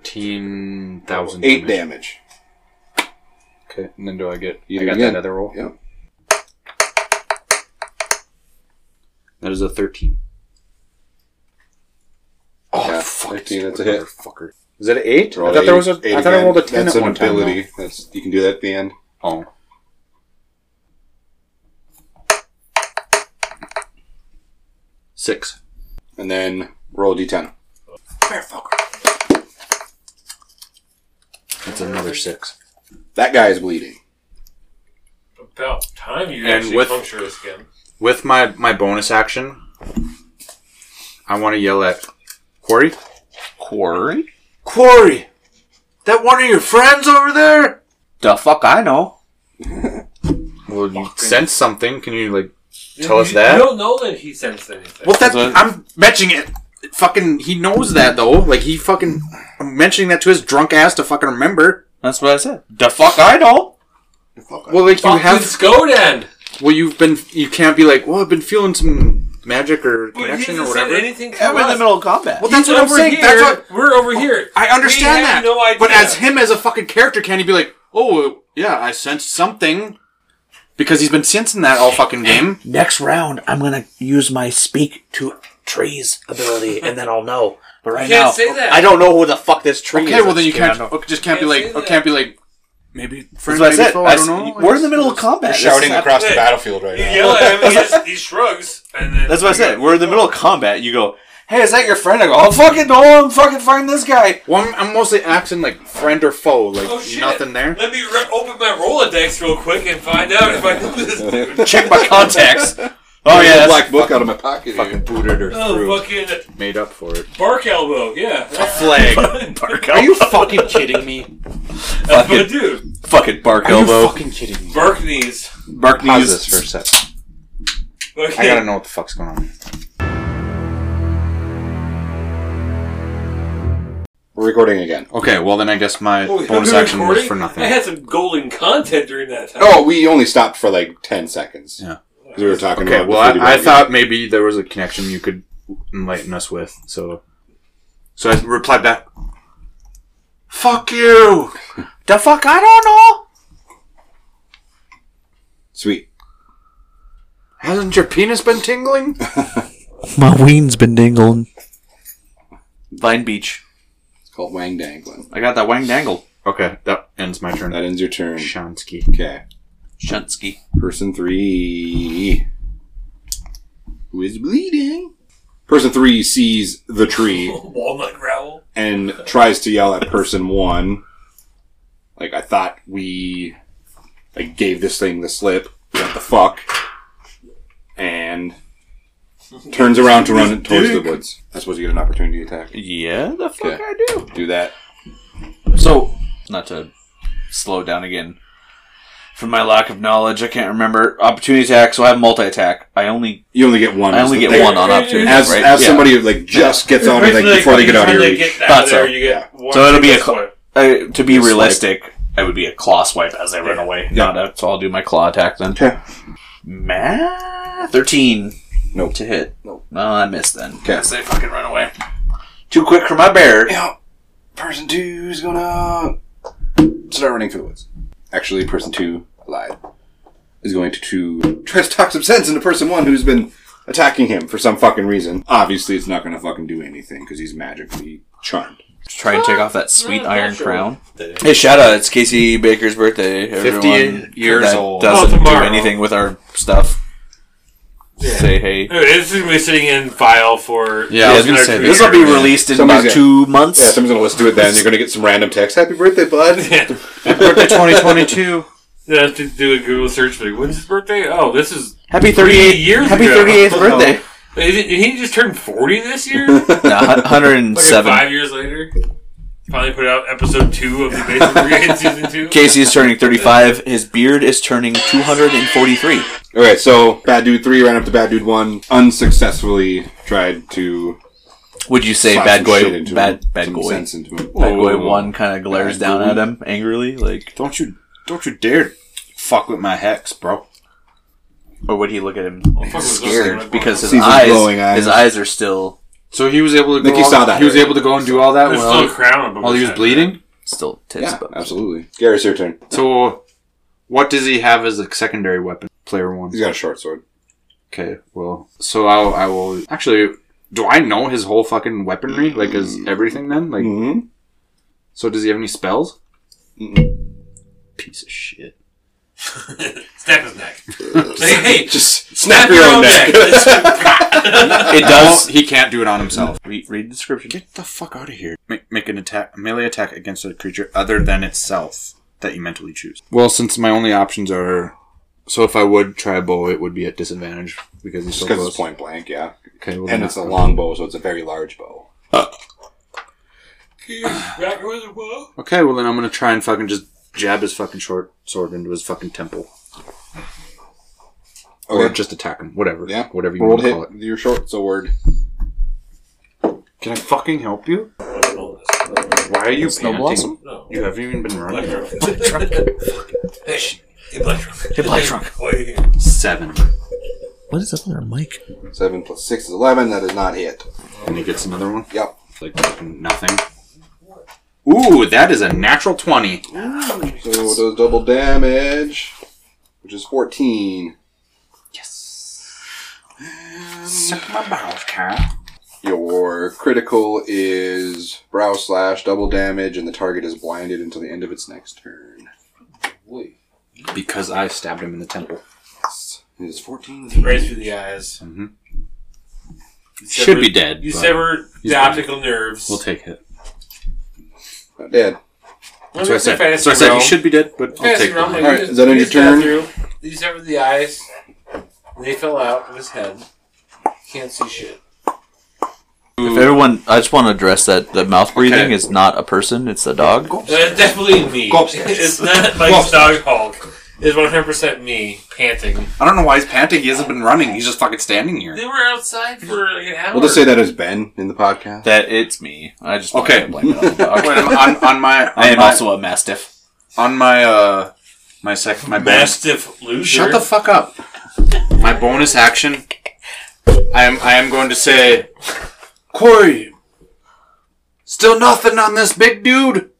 Speaker 1: 18,000
Speaker 4: eight damage.
Speaker 1: Okay, and then do I get.
Speaker 4: You
Speaker 1: I
Speaker 4: do
Speaker 1: got
Speaker 4: again.
Speaker 1: that other roll.
Speaker 4: Yep.
Speaker 1: That is a 13. Oh,
Speaker 4: Yeah,
Speaker 1: fuck.
Speaker 4: 13, that's a hit.
Speaker 1: Motherfucker. Is that an 8? I
Speaker 4: Roll
Speaker 1: thought, there
Speaker 4: eight-
Speaker 1: was a,
Speaker 4: eight
Speaker 1: I thought I
Speaker 4: again.
Speaker 1: rolled a 10
Speaker 4: That's
Speaker 1: at
Speaker 4: an
Speaker 1: one time.
Speaker 4: ability. That's you can do that at the end.
Speaker 1: Oh. Six.
Speaker 4: and then roll d d10.
Speaker 1: That's another six.
Speaker 4: That guy is bleeding.
Speaker 3: About time you
Speaker 1: And
Speaker 3: actually
Speaker 1: with-
Speaker 3: puncture this again.
Speaker 1: With my my bonus action, I want to yell at Quarry.
Speaker 5: Quarry?
Speaker 1: Quarry, that one of your friends over there.
Speaker 5: The fuck I know.
Speaker 1: Well, you sense something. Can you like? Tell
Speaker 3: You-
Speaker 1: us that?
Speaker 3: You don't know that he sensed anything.
Speaker 1: Well, that
Speaker 5: That's what-
Speaker 1: I'm mentioning it. Fucking, he knows that though. Like he fucking, I'm mentioning that to his drunk ass to fucking remember.
Speaker 5: That's what I said. The fuck I know.
Speaker 1: Well, like you
Speaker 3: Fuck,
Speaker 1: have
Speaker 3: let's go then.
Speaker 1: Well, you've been. You can't be like, well, I've been feeling some magic or
Speaker 3: But he
Speaker 1: connection
Speaker 3: hasn't
Speaker 1: or
Speaker 3: said
Speaker 1: whatever.
Speaker 3: anything to
Speaker 5: I'm in the
Speaker 3: us.
Speaker 5: middle of combat.
Speaker 1: Well, that's what I'm
Speaker 3: Over
Speaker 1: saying.
Speaker 3: Here,
Speaker 1: That's what
Speaker 3: we're over here.
Speaker 1: I
Speaker 3: We
Speaker 1: understand
Speaker 3: have
Speaker 1: that.
Speaker 3: No idea.
Speaker 1: But as him, as a fucking character, can he be like, oh yeah, I sensed something because he's been sensing that all fucking *laughs* game.
Speaker 6: Next round, I'm gonna use my speak to trees ability, and then I'll know. But right
Speaker 3: can't
Speaker 6: now,
Speaker 3: say that.
Speaker 6: I don't know who the fuck this tree is.
Speaker 1: Okay, well then you
Speaker 6: that's-
Speaker 1: can't. okay, Just can't be
Speaker 3: Can't
Speaker 1: like.
Speaker 3: say
Speaker 1: oh,
Speaker 3: that.
Speaker 1: can't be like. Maybe friend,
Speaker 5: That's what I
Speaker 1: maybe
Speaker 5: said.
Speaker 1: foe,
Speaker 5: I
Speaker 1: I
Speaker 5: s-
Speaker 1: don't know.
Speaker 5: We're in the middle of combat. This
Speaker 4: Shouting
Speaker 5: is-
Speaker 4: across the
Speaker 3: Hey.
Speaker 4: battlefield right
Speaker 3: You
Speaker 4: now.
Speaker 3: yell
Speaker 1: *laughs*
Speaker 3: at him, he, just, he shrugs, and then
Speaker 5: That's what I said. We're in the middle of combat. You go, hey, is that your friend? I go, oh, fucking no, I'm fucking fighting this guy.
Speaker 1: Well, I'm, I'm mostly acting like friend or foe, like
Speaker 3: Oh shit!
Speaker 1: nothing there.
Speaker 3: Let me re- open my Rolodex real quick and find out if I know this dude.
Speaker 5: Check my *laughs* contacts. oh, yeah. Like,
Speaker 4: black book out of my pocket.
Speaker 1: Fucking
Speaker 4: here.
Speaker 1: booted or
Speaker 3: Oh,
Speaker 1: through.
Speaker 3: fucking
Speaker 1: Made up for it.
Speaker 3: bark elbow. Yeah,
Speaker 5: flag. *laughs*
Speaker 6: Are you fucking kidding me?
Speaker 3: that's what I do.
Speaker 5: fucking bark
Speaker 1: Are you
Speaker 5: elbow.
Speaker 1: fucking kidding me?
Speaker 3: Bark knees.
Speaker 5: bark
Speaker 1: Pause this for a
Speaker 5: knees.
Speaker 1: sec.
Speaker 3: Fucking-
Speaker 1: I gotta know what the fuck's going on.
Speaker 4: We're recording again.
Speaker 1: Okay, well then I guess my
Speaker 3: *laughs* Oh,
Speaker 1: bonus
Speaker 3: we're
Speaker 1: action was
Speaker 3: recording?
Speaker 1: for
Speaker 3: I *laughs*
Speaker 1: nothing.
Speaker 3: had some golden content during that time.
Speaker 4: Oh, we only stopped for like ten seconds.
Speaker 1: Yeah.
Speaker 4: 'Cause we were talking.
Speaker 1: Okay,
Speaker 4: about
Speaker 1: well
Speaker 4: before we
Speaker 1: I, I
Speaker 4: went
Speaker 1: thought maybe there was a connection you could enlighten us with, so so I replied back. Fuck you! *laughs*
Speaker 5: The fuck I don't know.
Speaker 4: in. Sweet.
Speaker 1: Hasn't your penis been tingling?
Speaker 6: My ween's been dingling.
Speaker 5: Vine Beach.
Speaker 4: It's called Wang Dangling.
Speaker 5: I got that wang dangle.
Speaker 1: okay, that ends my turn.
Speaker 4: That ends your
Speaker 1: *laughs*
Speaker 4: turn.
Speaker 1: Shansky.
Speaker 4: Okay.
Speaker 5: Shunsky.
Speaker 4: Person three. Who is bleeding? Person three sees the *laughs* tree
Speaker 3: Walnut gravel.
Speaker 4: and tries to yell at person one. Like I thought we like gave this thing the slip. What the fuck? And turns around to run towards the woods. I suppose you get an opportunity attack.
Speaker 5: Yeah, the fuck
Speaker 4: Okay.
Speaker 5: I do.
Speaker 4: Do that.
Speaker 5: So, not to slow down again. From my lack of knowledge, I can't remember. Opportunity attack, so I have multi attack. I only
Speaker 4: You only get one.
Speaker 5: I only
Speaker 4: It's the
Speaker 5: get
Speaker 4: thing.
Speaker 5: one on opportunity.
Speaker 4: As,
Speaker 5: right?
Speaker 4: as
Speaker 5: Yeah.
Speaker 4: somebody who, like just gets on it, like before they get out of your
Speaker 3: They
Speaker 4: reach.
Speaker 3: get out
Speaker 5: Thought
Speaker 3: of there,
Speaker 5: so.
Speaker 3: you get one
Speaker 5: So it'll be a
Speaker 3: single
Speaker 5: cl-
Speaker 3: swipe.
Speaker 5: I, to be
Speaker 4: swipe.
Speaker 5: realistic, I would be a claw swipe as I run
Speaker 3: Yeah.
Speaker 5: away.
Speaker 4: Yeah.
Speaker 5: Not a, so I'll do my claw attack then.
Speaker 4: Okay.
Speaker 5: Ma- Thirteen.
Speaker 4: Nope.
Speaker 5: To hit.
Speaker 4: Nope.
Speaker 5: No, I missed then.
Speaker 4: Okay.
Speaker 5: Yes, they fucking run away. Too quick for my bear.
Speaker 4: Yeah. Person two is gonna start running for the woods. Actually, person two alive is going to, to try to talk some sense into person one who's been attacking him for some fucking reason. Obviously, it's not gonna fucking do anything because he's magically charmed.
Speaker 5: Just try and take off that sweet iron crown. Hey, shout out! It's Casey Baker's birthday. Everyone
Speaker 1: 50 years
Speaker 5: that
Speaker 1: old.
Speaker 5: Doesn't
Speaker 3: Oh,
Speaker 5: do
Speaker 3: tomorrow.
Speaker 5: anything with our stuff. Say hey.
Speaker 3: Anyway, This is gonna be sitting in file for.
Speaker 1: Yeah, I was gonna say
Speaker 5: This will be released in
Speaker 4: Somebody's
Speaker 5: about
Speaker 4: gonna-
Speaker 5: two
Speaker 3: *laughs*
Speaker 5: months. *laughs*
Speaker 4: Yeah, someone's gonna listen to it then. They're gonna get some random text. Happy birthday, bud.
Speaker 3: Yeah.
Speaker 1: Birthday 2022.
Speaker 3: Then I have to do a Google search like, when's his birthday? Oh, this is.
Speaker 5: Happy
Speaker 3: Three
Speaker 5: 38th
Speaker 3: years
Speaker 5: Happy
Speaker 3: ago.
Speaker 5: 38th birthday.
Speaker 3: Is it, did he just turn 40 this year?
Speaker 5: No, hun-
Speaker 3: Like
Speaker 5: 107.
Speaker 3: five years later? Finally put out episode two of the Basement Brigade season two?
Speaker 5: Casey is turning 35. His beard is turning 243.
Speaker 4: Okay, so Bad Dude 3 ran up to Bad Dude 1, unsuccessfully tried to
Speaker 5: Would you say
Speaker 4: slap
Speaker 5: Bad
Speaker 4: some
Speaker 5: Boy?
Speaker 4: shit into
Speaker 5: Bad
Speaker 4: him,
Speaker 5: Bad
Speaker 4: some
Speaker 5: Boy.
Speaker 4: sense into him.
Speaker 5: Bad Boy
Speaker 1: Ooh.
Speaker 5: One kind of glares down at him angrily, like,
Speaker 1: Don't you don't you dare fuck with my hex, bro.
Speaker 5: or would he look at him
Speaker 3: Oh, fuck was those
Speaker 5: scared
Speaker 3: like-
Speaker 5: because his
Speaker 4: Sees his
Speaker 5: eyes,
Speaker 4: glowing eyes.
Speaker 5: his eyes are still
Speaker 1: So he was able to
Speaker 4: Like
Speaker 1: go
Speaker 4: you
Speaker 1: all-
Speaker 4: saw that,
Speaker 1: He was
Speaker 4: right?
Speaker 1: able to go and do all that
Speaker 3: There's
Speaker 1: while,
Speaker 3: still a crown above
Speaker 1: while he was
Speaker 3: his head.
Speaker 1: bleeding?
Speaker 5: still tits.
Speaker 4: Yeah,
Speaker 5: but-
Speaker 4: absolutely. Garrett's your turn.
Speaker 1: So what does he have as a secondary weapon? Player one.
Speaker 4: He's got a short sword.
Speaker 1: Okay, well, so I'll, I will actually. Do I know his whole fucking weaponry? Like, his everything then? Like,
Speaker 4: Mm-hmm.
Speaker 1: so does he have any spells?
Speaker 4: Mm-mm.
Speaker 1: Piece of shit.
Speaker 3: Snap his neck. Like, hey,
Speaker 4: Just
Speaker 3: snap your own neck.
Speaker 5: It does.
Speaker 1: he can't do it on himself.
Speaker 5: Read, read the description.
Speaker 1: Get the fuck out of here. Make, make an attack, melee attack against a creature other than itself that you mentally choose. Well, since my only options are. So if I would try a bow, it would be at disadvantage because he's so
Speaker 4: Just because
Speaker 1: close.
Speaker 4: it's point blank, yeah.
Speaker 1: Okay, well,
Speaker 4: And
Speaker 1: then Uh,
Speaker 4: it's a
Speaker 1: not-
Speaker 4: long bow, so it's a very large bow.
Speaker 3: Back with it, well.
Speaker 1: Okay, well then I'm gonna try and fucking just jab his fucking short sword into his fucking temple, or
Speaker 4: Okay.
Speaker 1: just attack him, whatever.
Speaker 4: Yeah.
Speaker 1: whatever you
Speaker 4: Roll
Speaker 1: want
Speaker 4: to
Speaker 1: to call it.
Speaker 4: hit with your short sword.
Speaker 1: Can I fucking help you? Why are you panting?
Speaker 3: No.
Speaker 1: You haven't even been running.
Speaker 3: Hit black trunk.
Speaker 1: Seven.
Speaker 6: What is up with our mic?
Speaker 4: 7 plus 6 is 11. That is not hit.
Speaker 1: And he gets another one.
Speaker 4: Yep.
Speaker 1: Like fucking nothing. Ooh, that is a natural twenty.
Speaker 4: So it does double damage, which is 14.
Speaker 1: Suck my balls, Kyle.
Speaker 4: Your critical is brow slash, double damage, and the target is blinded until the end of its next turn.
Speaker 1: Because I stabbed him in the temple.
Speaker 4: It is 14.
Speaker 3: Right through the eyes.
Speaker 1: Mhm.
Speaker 3: You
Speaker 1: Should be
Speaker 3: severed-
Speaker 1: dead.
Speaker 3: You
Speaker 1: but
Speaker 3: severed
Speaker 1: he's
Speaker 3: the
Speaker 1: dead.
Speaker 3: optical nerves.
Speaker 1: We'll take it.
Speaker 4: Not dead.
Speaker 3: Well,
Speaker 1: That's what I
Speaker 3: it's a
Speaker 1: said.
Speaker 3: fantasy
Speaker 1: So I said you
Speaker 3: realm.
Speaker 1: should be dead, but I'll
Speaker 3: Fantasy
Speaker 1: take
Speaker 3: realm,
Speaker 1: it.
Speaker 3: like,
Speaker 4: Alright,
Speaker 3: you
Speaker 4: is that
Speaker 3: just-
Speaker 4: end
Speaker 3: you
Speaker 4: your
Speaker 3: stab
Speaker 4: turn?
Speaker 3: through, You severed the eyes. and They fell out of his head. Can't see shit.
Speaker 5: If everyone, I just want to address that the mouth breathing
Speaker 1: Okay.
Speaker 5: is not a person; it's a dog.
Speaker 3: That's definitely me. It's
Speaker 4: *laughs*
Speaker 3: not like Dog Hulk. It's 100% me panting.
Speaker 1: I don't know why he's panting. He hasn't been running. He's just fucking standing here.
Speaker 3: They were outside for like an hour.
Speaker 4: We'll just say that as Ben in the podcast.
Speaker 5: That it's me. I just wanted
Speaker 1: Okay.
Speaker 5: to blame it on the
Speaker 1: *laughs*
Speaker 5: dog.
Speaker 1: Wait, on, on my, on
Speaker 5: *laughs* I am
Speaker 1: my,
Speaker 5: also a mastiff.
Speaker 1: on my, uh, my second, my bonus.
Speaker 3: Mastiff loser.
Speaker 1: Shut the fuck up. My bonus action. I am, I am going to say, Corey, still nothing on this big dude.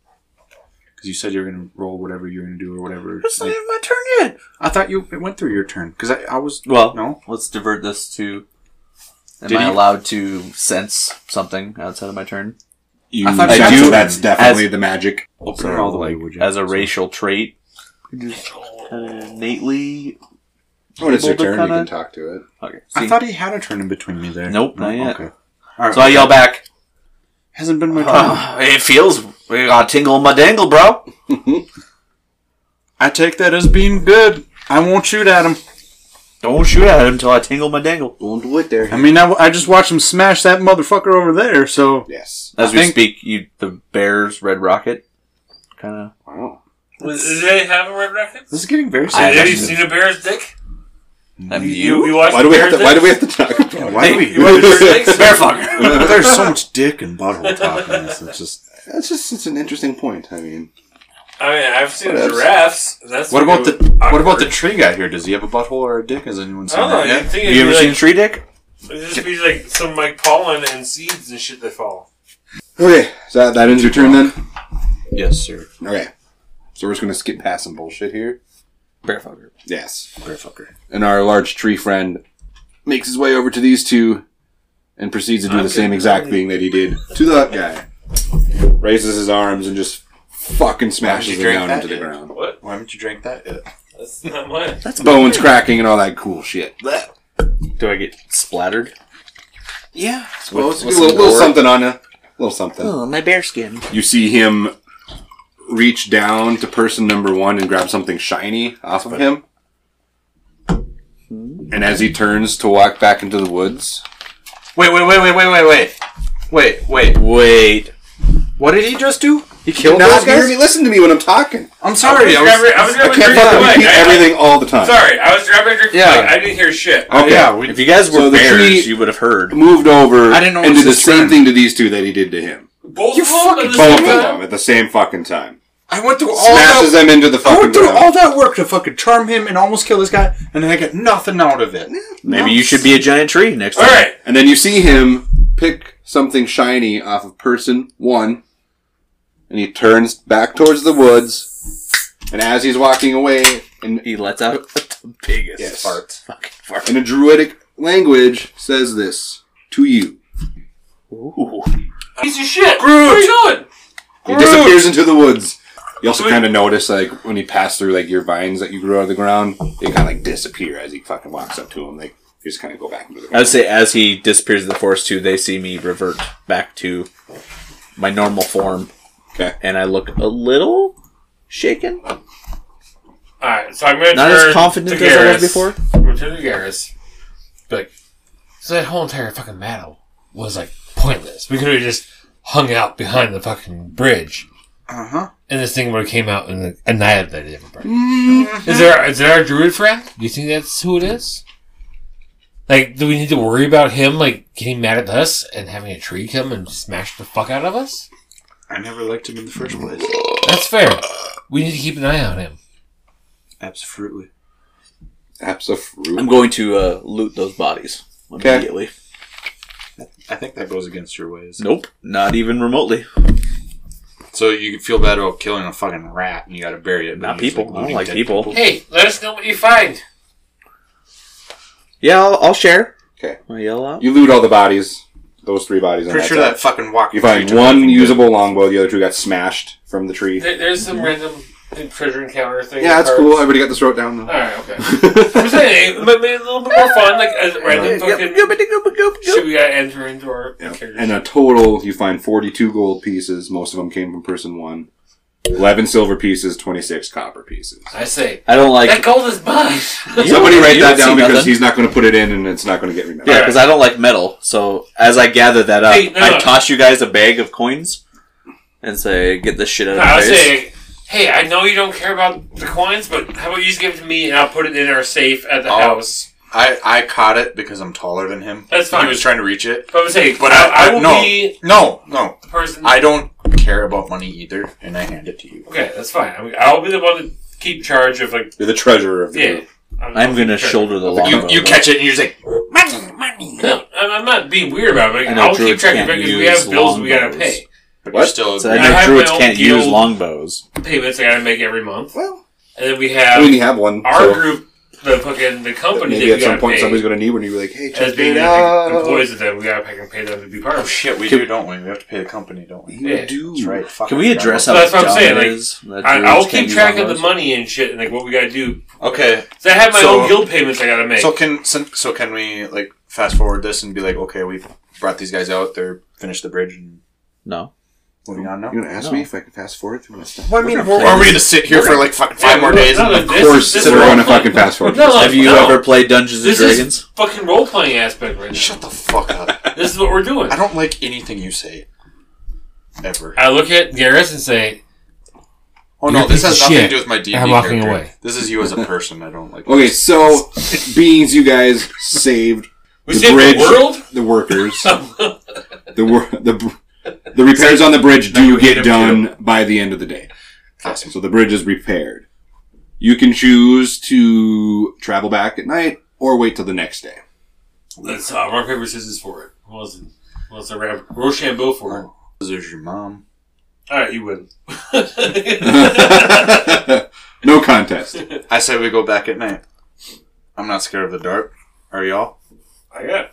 Speaker 1: Because you said you were going to roll whatever you were going to do or whatever. Like,
Speaker 5: my turn yet.
Speaker 1: I thought you it went through your turn because I, I was
Speaker 5: Well,
Speaker 1: no.
Speaker 5: let's divert this to. Am
Speaker 1: Did
Speaker 5: I
Speaker 1: he-
Speaker 5: allowed to sense something outside of my turn?
Speaker 4: You,
Speaker 1: I thought
Speaker 4: I
Speaker 1: you-
Speaker 4: do. That's
Speaker 1: as-
Speaker 4: definitely the magic.
Speaker 1: Open it all the way,
Speaker 5: like,
Speaker 1: would you?
Speaker 5: As a racial trait, kinda innately.
Speaker 4: When it's your
Speaker 5: Able to
Speaker 4: turn, you can
Speaker 5: kinda-
Speaker 4: talk to it.
Speaker 5: Okay.
Speaker 1: I
Speaker 5: see?
Speaker 1: thought he had a turn in between me there.
Speaker 5: Nope, not yet.
Speaker 1: All right.
Speaker 5: so I yell back.
Speaker 1: Hasn't been my turn.
Speaker 5: "Ah, it feels. We got tingle in my dangle, bro.
Speaker 1: I take that as being good. I won't shoot at him.
Speaker 5: Don't shoot at him till I tingle my dangle.
Speaker 4: Don't do it there.
Speaker 1: I mean, I, I just watched him smash that motherfucker over there, so.
Speaker 4: Yes.
Speaker 5: As
Speaker 1: I
Speaker 5: we
Speaker 1: think-
Speaker 5: speak, you the Bears Red Rocket, kind of.
Speaker 4: Wow.
Speaker 3: Did they have a red rocket?
Speaker 1: This is getting very
Speaker 5: I-
Speaker 3: Have you
Speaker 1: *laughs* serious.
Speaker 3: seen a bear's dick?
Speaker 5: Have
Speaker 3: You,
Speaker 5: you?
Speaker 3: you watched
Speaker 4: Why do we have to?
Speaker 3: Bear's
Speaker 4: Why do we
Speaker 1: *laughs*
Speaker 3: Dicks?
Speaker 4: have to talk about
Speaker 1: Why
Speaker 4: it?
Speaker 1: do we-
Speaker 3: You watched *laughs* Bear's dicks?
Speaker 5: Bear fucker.
Speaker 1: There's so much dick and butthole talk in this. It's just.
Speaker 4: That's just it's an interesting point. I mean,
Speaker 3: I mean, I've seen
Speaker 4: What else?
Speaker 3: giraffes. That's
Speaker 1: What about the
Speaker 3: awkward.
Speaker 1: What about the tree guy here? Does he have a butthole or a dick? Has anyone
Speaker 3: I
Speaker 1: seen
Speaker 3: don't know.
Speaker 1: that
Speaker 3: You
Speaker 1: yet?
Speaker 3: think
Speaker 5: You
Speaker 3: it'd
Speaker 5: ever
Speaker 3: be
Speaker 5: seen
Speaker 3: like,
Speaker 5: tree dick?
Speaker 3: it'd just be like some like pollen and seeds and shit that fall.
Speaker 4: okay. So that, that ends your turn then.
Speaker 1: Yes, sir.
Speaker 4: Okay. So we're just gonna skip past some bullshit here.
Speaker 5: Bear fucker.
Speaker 4: Yes.
Speaker 1: Bear fucker.
Speaker 4: And our large tree friend makes his way over to these two, and proceeds to do the same exact thing that he did to that guy. Raises his arms and just fucking smashes him down into the ground.
Speaker 3: What?
Speaker 1: Why haven't you drank that yet?
Speaker 3: That's not mine.
Speaker 4: Bones cracking and all that cool shit.
Speaker 5: Do I get splattered?
Speaker 6: Yeah.
Speaker 5: Oh.
Speaker 4: Well, a little, little something on you. little something.
Speaker 6: Oh, my bear skin.
Speaker 4: You see him reach down to person number one and grab something shiny off of him. And as he turns to walk back into the woods,
Speaker 1: Wait, wait, wait, wait, wait, wait, wait. Wait, wait.
Speaker 5: Wait.
Speaker 1: What did he just do?
Speaker 4: he killed
Speaker 1: Now,
Speaker 4: those guys.
Speaker 1: hear me-
Speaker 4: listen to me when I'm talking.
Speaker 1: I'm sorry. I
Speaker 3: I was
Speaker 1: was,
Speaker 3: grabbing, I was
Speaker 4: I
Speaker 3: grabbing
Speaker 4: can't
Speaker 3: drinks
Speaker 4: fucking
Speaker 3: away.
Speaker 4: repeat
Speaker 3: I- I-
Speaker 4: everything all the time.
Speaker 3: Sorry, I was grabbing drinks
Speaker 1: Yeah.
Speaker 3: away. I didn't hear shit.
Speaker 4: Okay.
Speaker 1: yeah, we-
Speaker 5: If you guys were
Speaker 4: So the
Speaker 5: bears,
Speaker 4: tree-
Speaker 5: you would have heard.
Speaker 4: Moved over
Speaker 1: I didn't know it
Speaker 4: and
Speaker 1: was
Speaker 4: did the
Speaker 1: his
Speaker 4: same
Speaker 1: friend.
Speaker 4: thing to these two that he did to him.
Speaker 3: Both you
Speaker 1: fucking
Speaker 4: Both of them at the same fucking time.
Speaker 1: I went through all
Speaker 4: Smashes
Speaker 1: that.
Speaker 4: them into the
Speaker 1: I
Speaker 4: fucking
Speaker 1: went through
Speaker 4: ground.
Speaker 1: all that work to fucking charm him and almost kill this guy, and then I get nothing out of it.
Speaker 5: Maybe you should be a giant tree next
Speaker 3: All
Speaker 5: time.
Speaker 3: right.
Speaker 4: And then you see him pick something shiny off of person one, and he turns back towards the woods. And as he's walking away, in,
Speaker 5: He lets out the biggest
Speaker 4: Yes.
Speaker 5: fart. Fucking fart.
Speaker 4: in a druidic language, says this to you.
Speaker 3: Piece of shit. What are you doing?
Speaker 4: He disappears into the woods. You also kind of notice, like, when he passed through, like, your vines that you grew out of the ground, they kind of, like, disappear as he fucking walks up to him. Like, you just kind of go back into the
Speaker 5: I
Speaker 4: ground.
Speaker 5: would say as he disappears in the forest too, they see me revert back to my normal form,
Speaker 4: Okay.
Speaker 5: and I look a little shaken,
Speaker 3: All right, so I'm gonna
Speaker 5: not
Speaker 3: turn
Speaker 5: as confident
Speaker 3: to
Speaker 5: as I was
Speaker 3: Garrus.
Speaker 5: before.
Speaker 3: Return to Garrus. Be Like, so that whole entire fucking battle was like pointless. We could have just hung out behind the fucking bridge,
Speaker 1: Uh huh.
Speaker 3: and this thing would have came out and like, annihilated everybody.
Speaker 4: Mm-hmm.
Speaker 3: Is there is there our druid friend? Do you think that's who it is? Like, do we need to worry about him like getting mad at us and having a tree come and smash the fuck out of us?
Speaker 1: I never liked him in the first place.
Speaker 3: That's fair. We need to keep an eye on him.
Speaker 1: Absolutely.
Speaker 5: I'm
Speaker 4: Absolutely.
Speaker 5: going to uh, loot those bodies
Speaker 4: Okay.
Speaker 5: immediately.
Speaker 1: I think that goes against your ways.
Speaker 5: Nope, not even remotely.
Speaker 1: So you feel bad about killing a fucking rat and you gotta bury it. but
Speaker 5: Not
Speaker 1: you just,
Speaker 5: people. I don't
Speaker 1: looting
Speaker 5: like
Speaker 1: dead
Speaker 5: people.
Speaker 3: Hey, let us know what you find.
Speaker 5: Yeah, I'll, I'll share.
Speaker 4: Okay.
Speaker 5: I yell out.
Speaker 4: You loot all the bodies, those three bodies. on
Speaker 1: Pretty sure
Speaker 4: side.
Speaker 1: that fucking walk.
Speaker 4: You find one usable longbow, the other two got smashed from the tree.
Speaker 3: There, there's some random treasure encounter thing.
Speaker 4: Yeah, that's
Speaker 3: cards.
Speaker 4: cool. Everybody got the throat down *laughs* though.
Speaker 3: Alright, okay. I'm saying, it might be a little bit more fun, like, as random fucking shit we gotta enter into our
Speaker 4: Yeah.
Speaker 3: characters.
Speaker 4: And a total, you find 42 gold pieces. Most of them came from person one. 11 silver pieces, 26 copper pieces.
Speaker 3: I say,
Speaker 5: I don't
Speaker 3: that
Speaker 5: like.
Speaker 3: gold is
Speaker 4: *laughs*
Speaker 3: mine!
Speaker 4: Somebody write
Speaker 5: you
Speaker 4: that
Speaker 5: don't see
Speaker 4: down because
Speaker 5: nothing.
Speaker 4: he's not going to put it in and it's not going to get remembered.
Speaker 5: Yeah, because I don't like metal. So as I gather that up,
Speaker 3: Hey, no, no.
Speaker 5: I toss you guys a bag of coins and say, "Get this shit out of
Speaker 3: I
Speaker 5: my
Speaker 3: would
Speaker 5: face."
Speaker 3: say, hey, I know you don't care about the coins, but how about you just give it to me and I'll put it in our safe at the
Speaker 1: Oh.
Speaker 3: house.
Speaker 1: I, I caught it because I'm taller than him.
Speaker 3: That's fine.
Speaker 1: He was trying to reach it.
Speaker 3: But I would say,
Speaker 1: But
Speaker 3: I,
Speaker 1: I, I,
Speaker 3: will
Speaker 1: no,
Speaker 3: be
Speaker 1: no, no.
Speaker 3: the person.
Speaker 1: I don't care about money either, and I hand it to you.
Speaker 3: okay, that's fine. I mean, I'll be the one to keep charge of, like,
Speaker 4: You're the treasurer of the
Speaker 3: yeah.
Speaker 4: group.
Speaker 5: I'm gonna shoulder the
Speaker 1: You,
Speaker 5: longbow.
Speaker 1: you
Speaker 5: though.
Speaker 1: catch it and you're just like, money, money.
Speaker 3: No, I'm I'm not being weird about it.
Speaker 5: I
Speaker 3: Like,
Speaker 5: know
Speaker 3: I'll keep
Speaker 5: druids
Speaker 3: track of it
Speaker 5: can't
Speaker 3: because we
Speaker 5: use
Speaker 3: have bills we gotta
Speaker 5: longbows.
Speaker 3: pay.
Speaker 1: But
Speaker 4: What?
Speaker 1: you're still
Speaker 5: So I
Speaker 3: I
Speaker 5: know
Speaker 3: have
Speaker 5: druids
Speaker 3: my own
Speaker 5: can't
Speaker 3: guild.
Speaker 5: use longbows.
Speaker 3: Payments I gotta make every month.
Speaker 4: Well,
Speaker 3: And then we
Speaker 4: I
Speaker 3: have
Speaker 4: mean, you have one.
Speaker 3: our
Speaker 4: so
Speaker 3: group, the fucking the company that
Speaker 4: Maybe
Speaker 3: we
Speaker 4: at some
Speaker 3: gotta
Speaker 4: point
Speaker 3: pay
Speaker 4: somebody's going to need one. You're like, hey,
Speaker 3: as
Speaker 4: check
Speaker 3: being
Speaker 4: it
Speaker 3: like,
Speaker 4: out.
Speaker 3: employees of them, we gotta fucking pay them to be part
Speaker 1: Oh
Speaker 3: of it.
Speaker 1: shit, we do, don't we? We have to pay the company, don't we?
Speaker 4: You
Speaker 3: Yeah.
Speaker 4: do.
Speaker 1: That's right. Fuck,
Speaker 5: Can
Speaker 1: I
Speaker 5: we
Speaker 1: forgot
Speaker 5: address how
Speaker 1: about
Speaker 3: So that's what I'm
Speaker 5: dumb
Speaker 3: saying,
Speaker 5: it
Speaker 3: like,
Speaker 5: is that
Speaker 3: I,
Speaker 5: druids
Speaker 3: I'll
Speaker 5: can't
Speaker 3: keep
Speaker 5: use
Speaker 3: track of the
Speaker 5: longbows?
Speaker 3: money and shit, and like what we gotta do.
Speaker 1: that. Okay,
Speaker 3: So I have my
Speaker 1: So-
Speaker 3: own guild payments I gotta make.
Speaker 1: so can so so can we like fast forward this and be like, okay, we brought these guys out. They're finished the bridge and
Speaker 5: No.
Speaker 1: moving on now.
Speaker 4: You're going to ask
Speaker 5: No.
Speaker 4: me if I can fast forward through my stuff?
Speaker 1: Well, I mean, we're, are we gonna sit here for like fucking
Speaker 3: Yeah,
Speaker 1: five more
Speaker 3: no,
Speaker 1: days? and-
Speaker 3: no, no, this
Speaker 4: Of
Speaker 3: is-
Speaker 4: course,
Speaker 3: this
Speaker 4: we're
Speaker 3: is role
Speaker 4: going to
Speaker 3: play-
Speaker 4: fucking fast forward.
Speaker 3: No,
Speaker 5: Have you
Speaker 3: no.
Speaker 5: ever played Dungeons and
Speaker 3: This
Speaker 5: Dragons?
Speaker 3: is fucking role playing aspect right
Speaker 1: *laughs*
Speaker 3: now.
Speaker 1: Shut the fuck up.
Speaker 3: This is what we're doing.
Speaker 1: I don't like anything you say. Ever.
Speaker 3: I look at Garrus and say, *laughs*
Speaker 1: Oh
Speaker 3: You're
Speaker 1: no,
Speaker 3: a
Speaker 1: this
Speaker 3: piece
Speaker 1: has
Speaker 3: of
Speaker 1: nothing to
Speaker 3: shit.
Speaker 1: do with my D&D
Speaker 3: I'm walking
Speaker 1: character.
Speaker 3: away.
Speaker 1: This is you as a person. I don't like.
Speaker 4: Okay, so beans, you guys saved
Speaker 3: "We saved the world."
Speaker 4: the workers, the wor- the br- the repairs on the bridge do get done by the end of the day.
Speaker 1: Awesome.
Speaker 4: So the bridge is repaired. You can choose to travel back at night or wait till the next day. *laughs*
Speaker 3: Let's uh, rock paper scissors for it. Who wants it? Who wants to rap Rochambeau for it?
Speaker 1: There's your mom.
Speaker 3: All right, you win.
Speaker 4: no contest.
Speaker 1: I say we go back at night. I'm not scared of the dark. Are y'all?
Speaker 3: I got.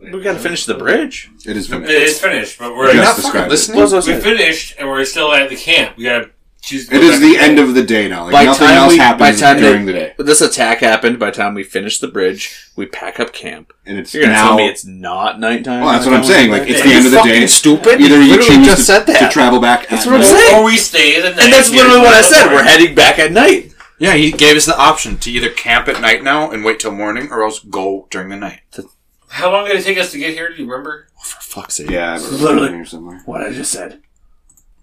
Speaker 5: We gotta finish the bridge.
Speaker 4: It is finished.
Speaker 3: It's finished, but we're
Speaker 4: Yes.
Speaker 1: Not
Speaker 4: describe
Speaker 1: fucking
Speaker 4: it.
Speaker 1: listening.
Speaker 5: What was I
Speaker 3: we
Speaker 5: saying?
Speaker 3: finished and we're still at the camp. We gotta She's
Speaker 4: It is the end of the day now. Like
Speaker 5: By
Speaker 4: nothing
Speaker 5: time
Speaker 4: else
Speaker 5: we- by
Speaker 4: happens
Speaker 5: time
Speaker 4: during
Speaker 5: they-
Speaker 4: the day,
Speaker 5: But this attack happened by the time we finished the bridge. We pack up camp.
Speaker 4: and it's
Speaker 5: You're gonna
Speaker 4: now.
Speaker 5: tell me it's not nighttime?
Speaker 4: well, that's what I'm saying. Like it's
Speaker 5: Are
Speaker 4: the
Speaker 5: you
Speaker 4: end of the day.
Speaker 5: fucking Stupid.
Speaker 4: Either you
Speaker 5: literally
Speaker 4: choose
Speaker 5: just
Speaker 4: to,
Speaker 5: said that.
Speaker 4: to travel back. at
Speaker 5: That's what I'm
Speaker 4: night.
Speaker 5: saying.
Speaker 3: Or we stay the night.
Speaker 5: and that's
Speaker 3: here.
Speaker 5: literally what I said. We're heading back at night.
Speaker 1: Yeah, he gave us the option to either camp at night now and wait till morning, or else go during the night.
Speaker 3: How long did it take us to get here? Do you remember?
Speaker 5: For fuck's sake.
Speaker 4: Yeah, I have it
Speaker 6: Literally.
Speaker 4: here somewhere.
Speaker 6: What I just said.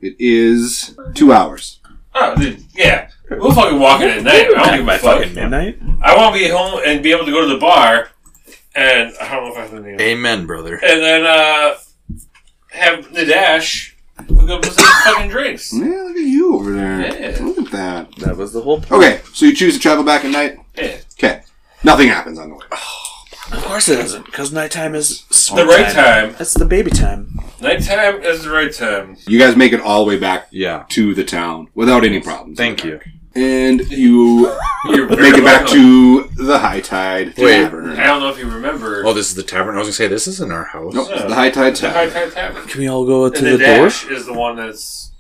Speaker 4: It is two hours.
Speaker 3: Oh, dude, yeah. We'll fucking walk in at night. I don't give a fuck.
Speaker 5: fucking midnight.
Speaker 3: I want to be home and be able to go to the bar, and I don't know if I have the name.
Speaker 1: Amen, brother.
Speaker 3: And then uh, have Nadash hook up with some *coughs* fucking drinks.
Speaker 4: Yeah, look at you over there.
Speaker 3: Yeah.
Speaker 4: Look at that.
Speaker 5: That was the whole point.
Speaker 4: Okay, so you choose to travel back at night.
Speaker 3: Yeah.
Speaker 4: Okay, nothing happens on the way.
Speaker 6: Of course it doesn't, because nighttime is
Speaker 3: The right time.
Speaker 6: That's the baby time.
Speaker 3: Nighttime is the right time.
Speaker 4: You guys make it all the way back
Speaker 2: Yeah.
Speaker 4: to the town without any problems.
Speaker 2: Thank you.
Speaker 4: And you
Speaker 3: You're
Speaker 4: make it back to the High Tide
Speaker 1: Wait.
Speaker 3: I
Speaker 4: Tavern.
Speaker 3: don't know if you remember.
Speaker 1: Oh, this is the tavern. I was gonna say this isn't our house.
Speaker 4: Nope, it's the High Tide
Speaker 3: the High
Speaker 4: Tavern.
Speaker 3: Tide Tavern.
Speaker 6: Can we all go to
Speaker 3: And
Speaker 6: the door?
Speaker 3: Nadash is the one that's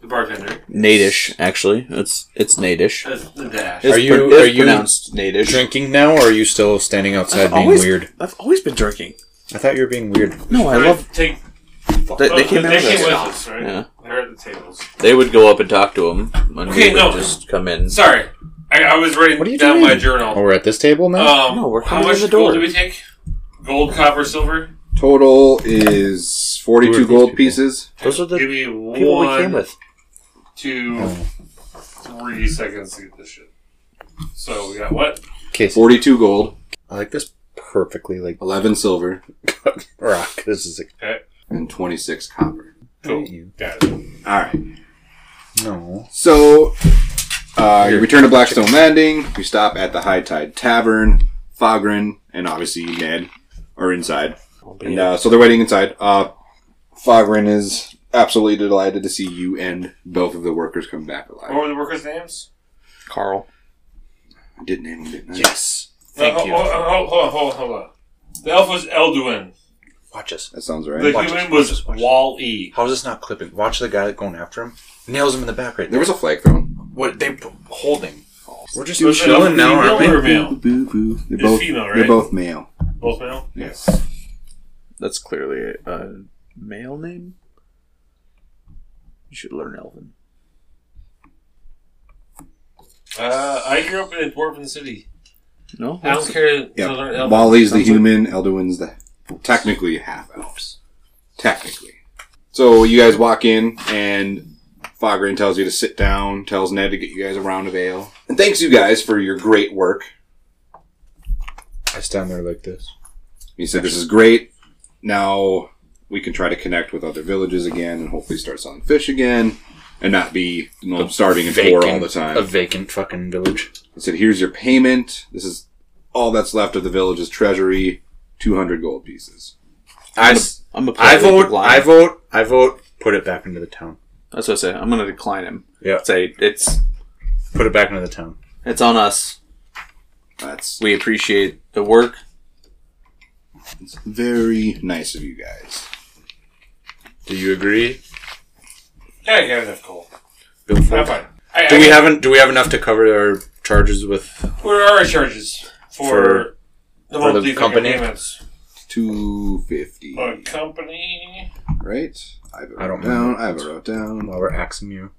Speaker 3: the bartender.
Speaker 5: Nadish, actually. It's it's Nadish.
Speaker 3: That's Nadash.
Speaker 5: It's
Speaker 1: Are you-
Speaker 5: it's
Speaker 1: are you
Speaker 5: pronounced Nadish?
Speaker 1: Drinking now, or are you still standing outside
Speaker 6: I've
Speaker 1: being
Speaker 6: always,
Speaker 1: weird?
Speaker 6: I've always been drinking.
Speaker 1: I thought you were being weird.
Speaker 6: No, I love.
Speaker 3: Take,
Speaker 5: They, they
Speaker 3: oh,
Speaker 5: came in
Speaker 3: they
Speaker 5: with
Speaker 3: came with
Speaker 5: us.
Speaker 3: us, right?
Speaker 5: Yeah.
Speaker 3: They're at the tables.
Speaker 5: They would go up and talk to him when
Speaker 3: Okay,
Speaker 5: we would
Speaker 3: no.
Speaker 5: just come in.
Speaker 3: Sorry, I, I was writing
Speaker 1: What are you
Speaker 3: down
Speaker 1: doing?
Speaker 3: my
Speaker 1: Oh,
Speaker 3: journal.
Speaker 1: we're at this table now.
Speaker 3: Um,
Speaker 6: No, we're
Speaker 3: how
Speaker 6: coming in
Speaker 3: much
Speaker 6: the door.
Speaker 3: gold do we take? Gold, copper, silver.
Speaker 4: Total is
Speaker 1: Who are
Speaker 4: 42
Speaker 1: these
Speaker 4: gold
Speaker 1: people?
Speaker 4: pieces.
Speaker 6: Those are the
Speaker 3: Give me
Speaker 6: people we came
Speaker 3: one,
Speaker 6: with.
Speaker 3: two, three seconds to get this shit. So we got what?
Speaker 1: Okay, so
Speaker 4: 42 gold,
Speaker 1: I like this perfectly like *laughs*
Speaker 4: 11 silver,
Speaker 1: rock. This is like
Speaker 4: and 26 copper.
Speaker 3: Cool.
Speaker 1: you.
Speaker 3: Got it.
Speaker 4: All right.
Speaker 1: No.
Speaker 4: So, uh, you return to Blackstone Landing. You stop at the High Tide Tavern. Fogren and obviously Ned are inside. And, uh, so they're waiting inside. Uh, Fogren is absolutely delighted to see you and both of the workers come back
Speaker 3: What
Speaker 4: alive.
Speaker 3: were the workers' names?
Speaker 5: Carl.
Speaker 3: Oh.
Speaker 4: I didn't name them, didn't I?
Speaker 1: Yes.
Speaker 3: Uh,
Speaker 1: Thank you.
Speaker 3: Hold, hold, hold on, hold on, hold on. The elf was Elduin.
Speaker 1: Watch this.
Speaker 4: That sounds
Speaker 3: The
Speaker 4: right.
Speaker 1: Watch this,
Speaker 3: human
Speaker 1: watch
Speaker 3: was
Speaker 1: this, watch this.
Speaker 3: Wall E.
Speaker 1: How is this not clipping? Watch the guy going after him. Nails him in the back right
Speaker 4: There was a flag thrown.
Speaker 1: What they holding? We're just
Speaker 3: Was that elf female or male?
Speaker 4: Boo, boo. They're
Speaker 3: It's
Speaker 4: both,
Speaker 3: female,
Speaker 4: They're
Speaker 3: right?
Speaker 4: both male.
Speaker 3: Both male.
Speaker 4: Yes.
Speaker 5: That's clearly a, a male name. You should learn Elven.
Speaker 3: Uh, I grew up in a dwarven city.
Speaker 5: No?
Speaker 3: I don't care. to learn
Speaker 4: Yeah.
Speaker 3: elf.
Speaker 4: Wally's the human, Elduin's the technically half elves. Technically. So you guys walk in and Fogren tells you to sit down, tells Ned to get you guys a round of ale. And thanks you guys for your great work.
Speaker 1: I stand there like this.
Speaker 4: He said this is great. Now we can try to connect with other villages again and hopefully start selling fish again and not be you know, starving and poor all the time.
Speaker 1: A vacant fucking village.
Speaker 4: He said, "Here's your payment. This is all that's left of the village's treasury: two hundred gold pieces."
Speaker 1: I,
Speaker 5: I'm a
Speaker 1: I
Speaker 5: politely
Speaker 1: vote.
Speaker 5: decline.
Speaker 1: I vote. I vote. Put it back into the town.
Speaker 5: That's what I say. I'm gonna decline him.
Speaker 1: Yeah.
Speaker 5: Say it's
Speaker 1: Put it back into the town.
Speaker 5: it's on us.
Speaker 4: That's
Speaker 5: We appreciate the work.
Speaker 4: very nice of you guys.
Speaker 1: Do you agree?
Speaker 3: Yeah, I got enough gold.
Speaker 1: Bill
Speaker 3: I'm
Speaker 1: Ford?
Speaker 3: fine. I,
Speaker 1: Do
Speaker 3: I,
Speaker 1: we have Do we have enough to cover our charges with?
Speaker 3: What are our charges for,
Speaker 1: For-
Speaker 3: the
Speaker 1: for the
Speaker 3: monthly fucking
Speaker 1: company?
Speaker 3: payments?
Speaker 4: Two fifty,
Speaker 3: A company
Speaker 4: right? I have it
Speaker 1: I don't
Speaker 4: wrote down. I have it wrote down.
Speaker 1: While we're axing you,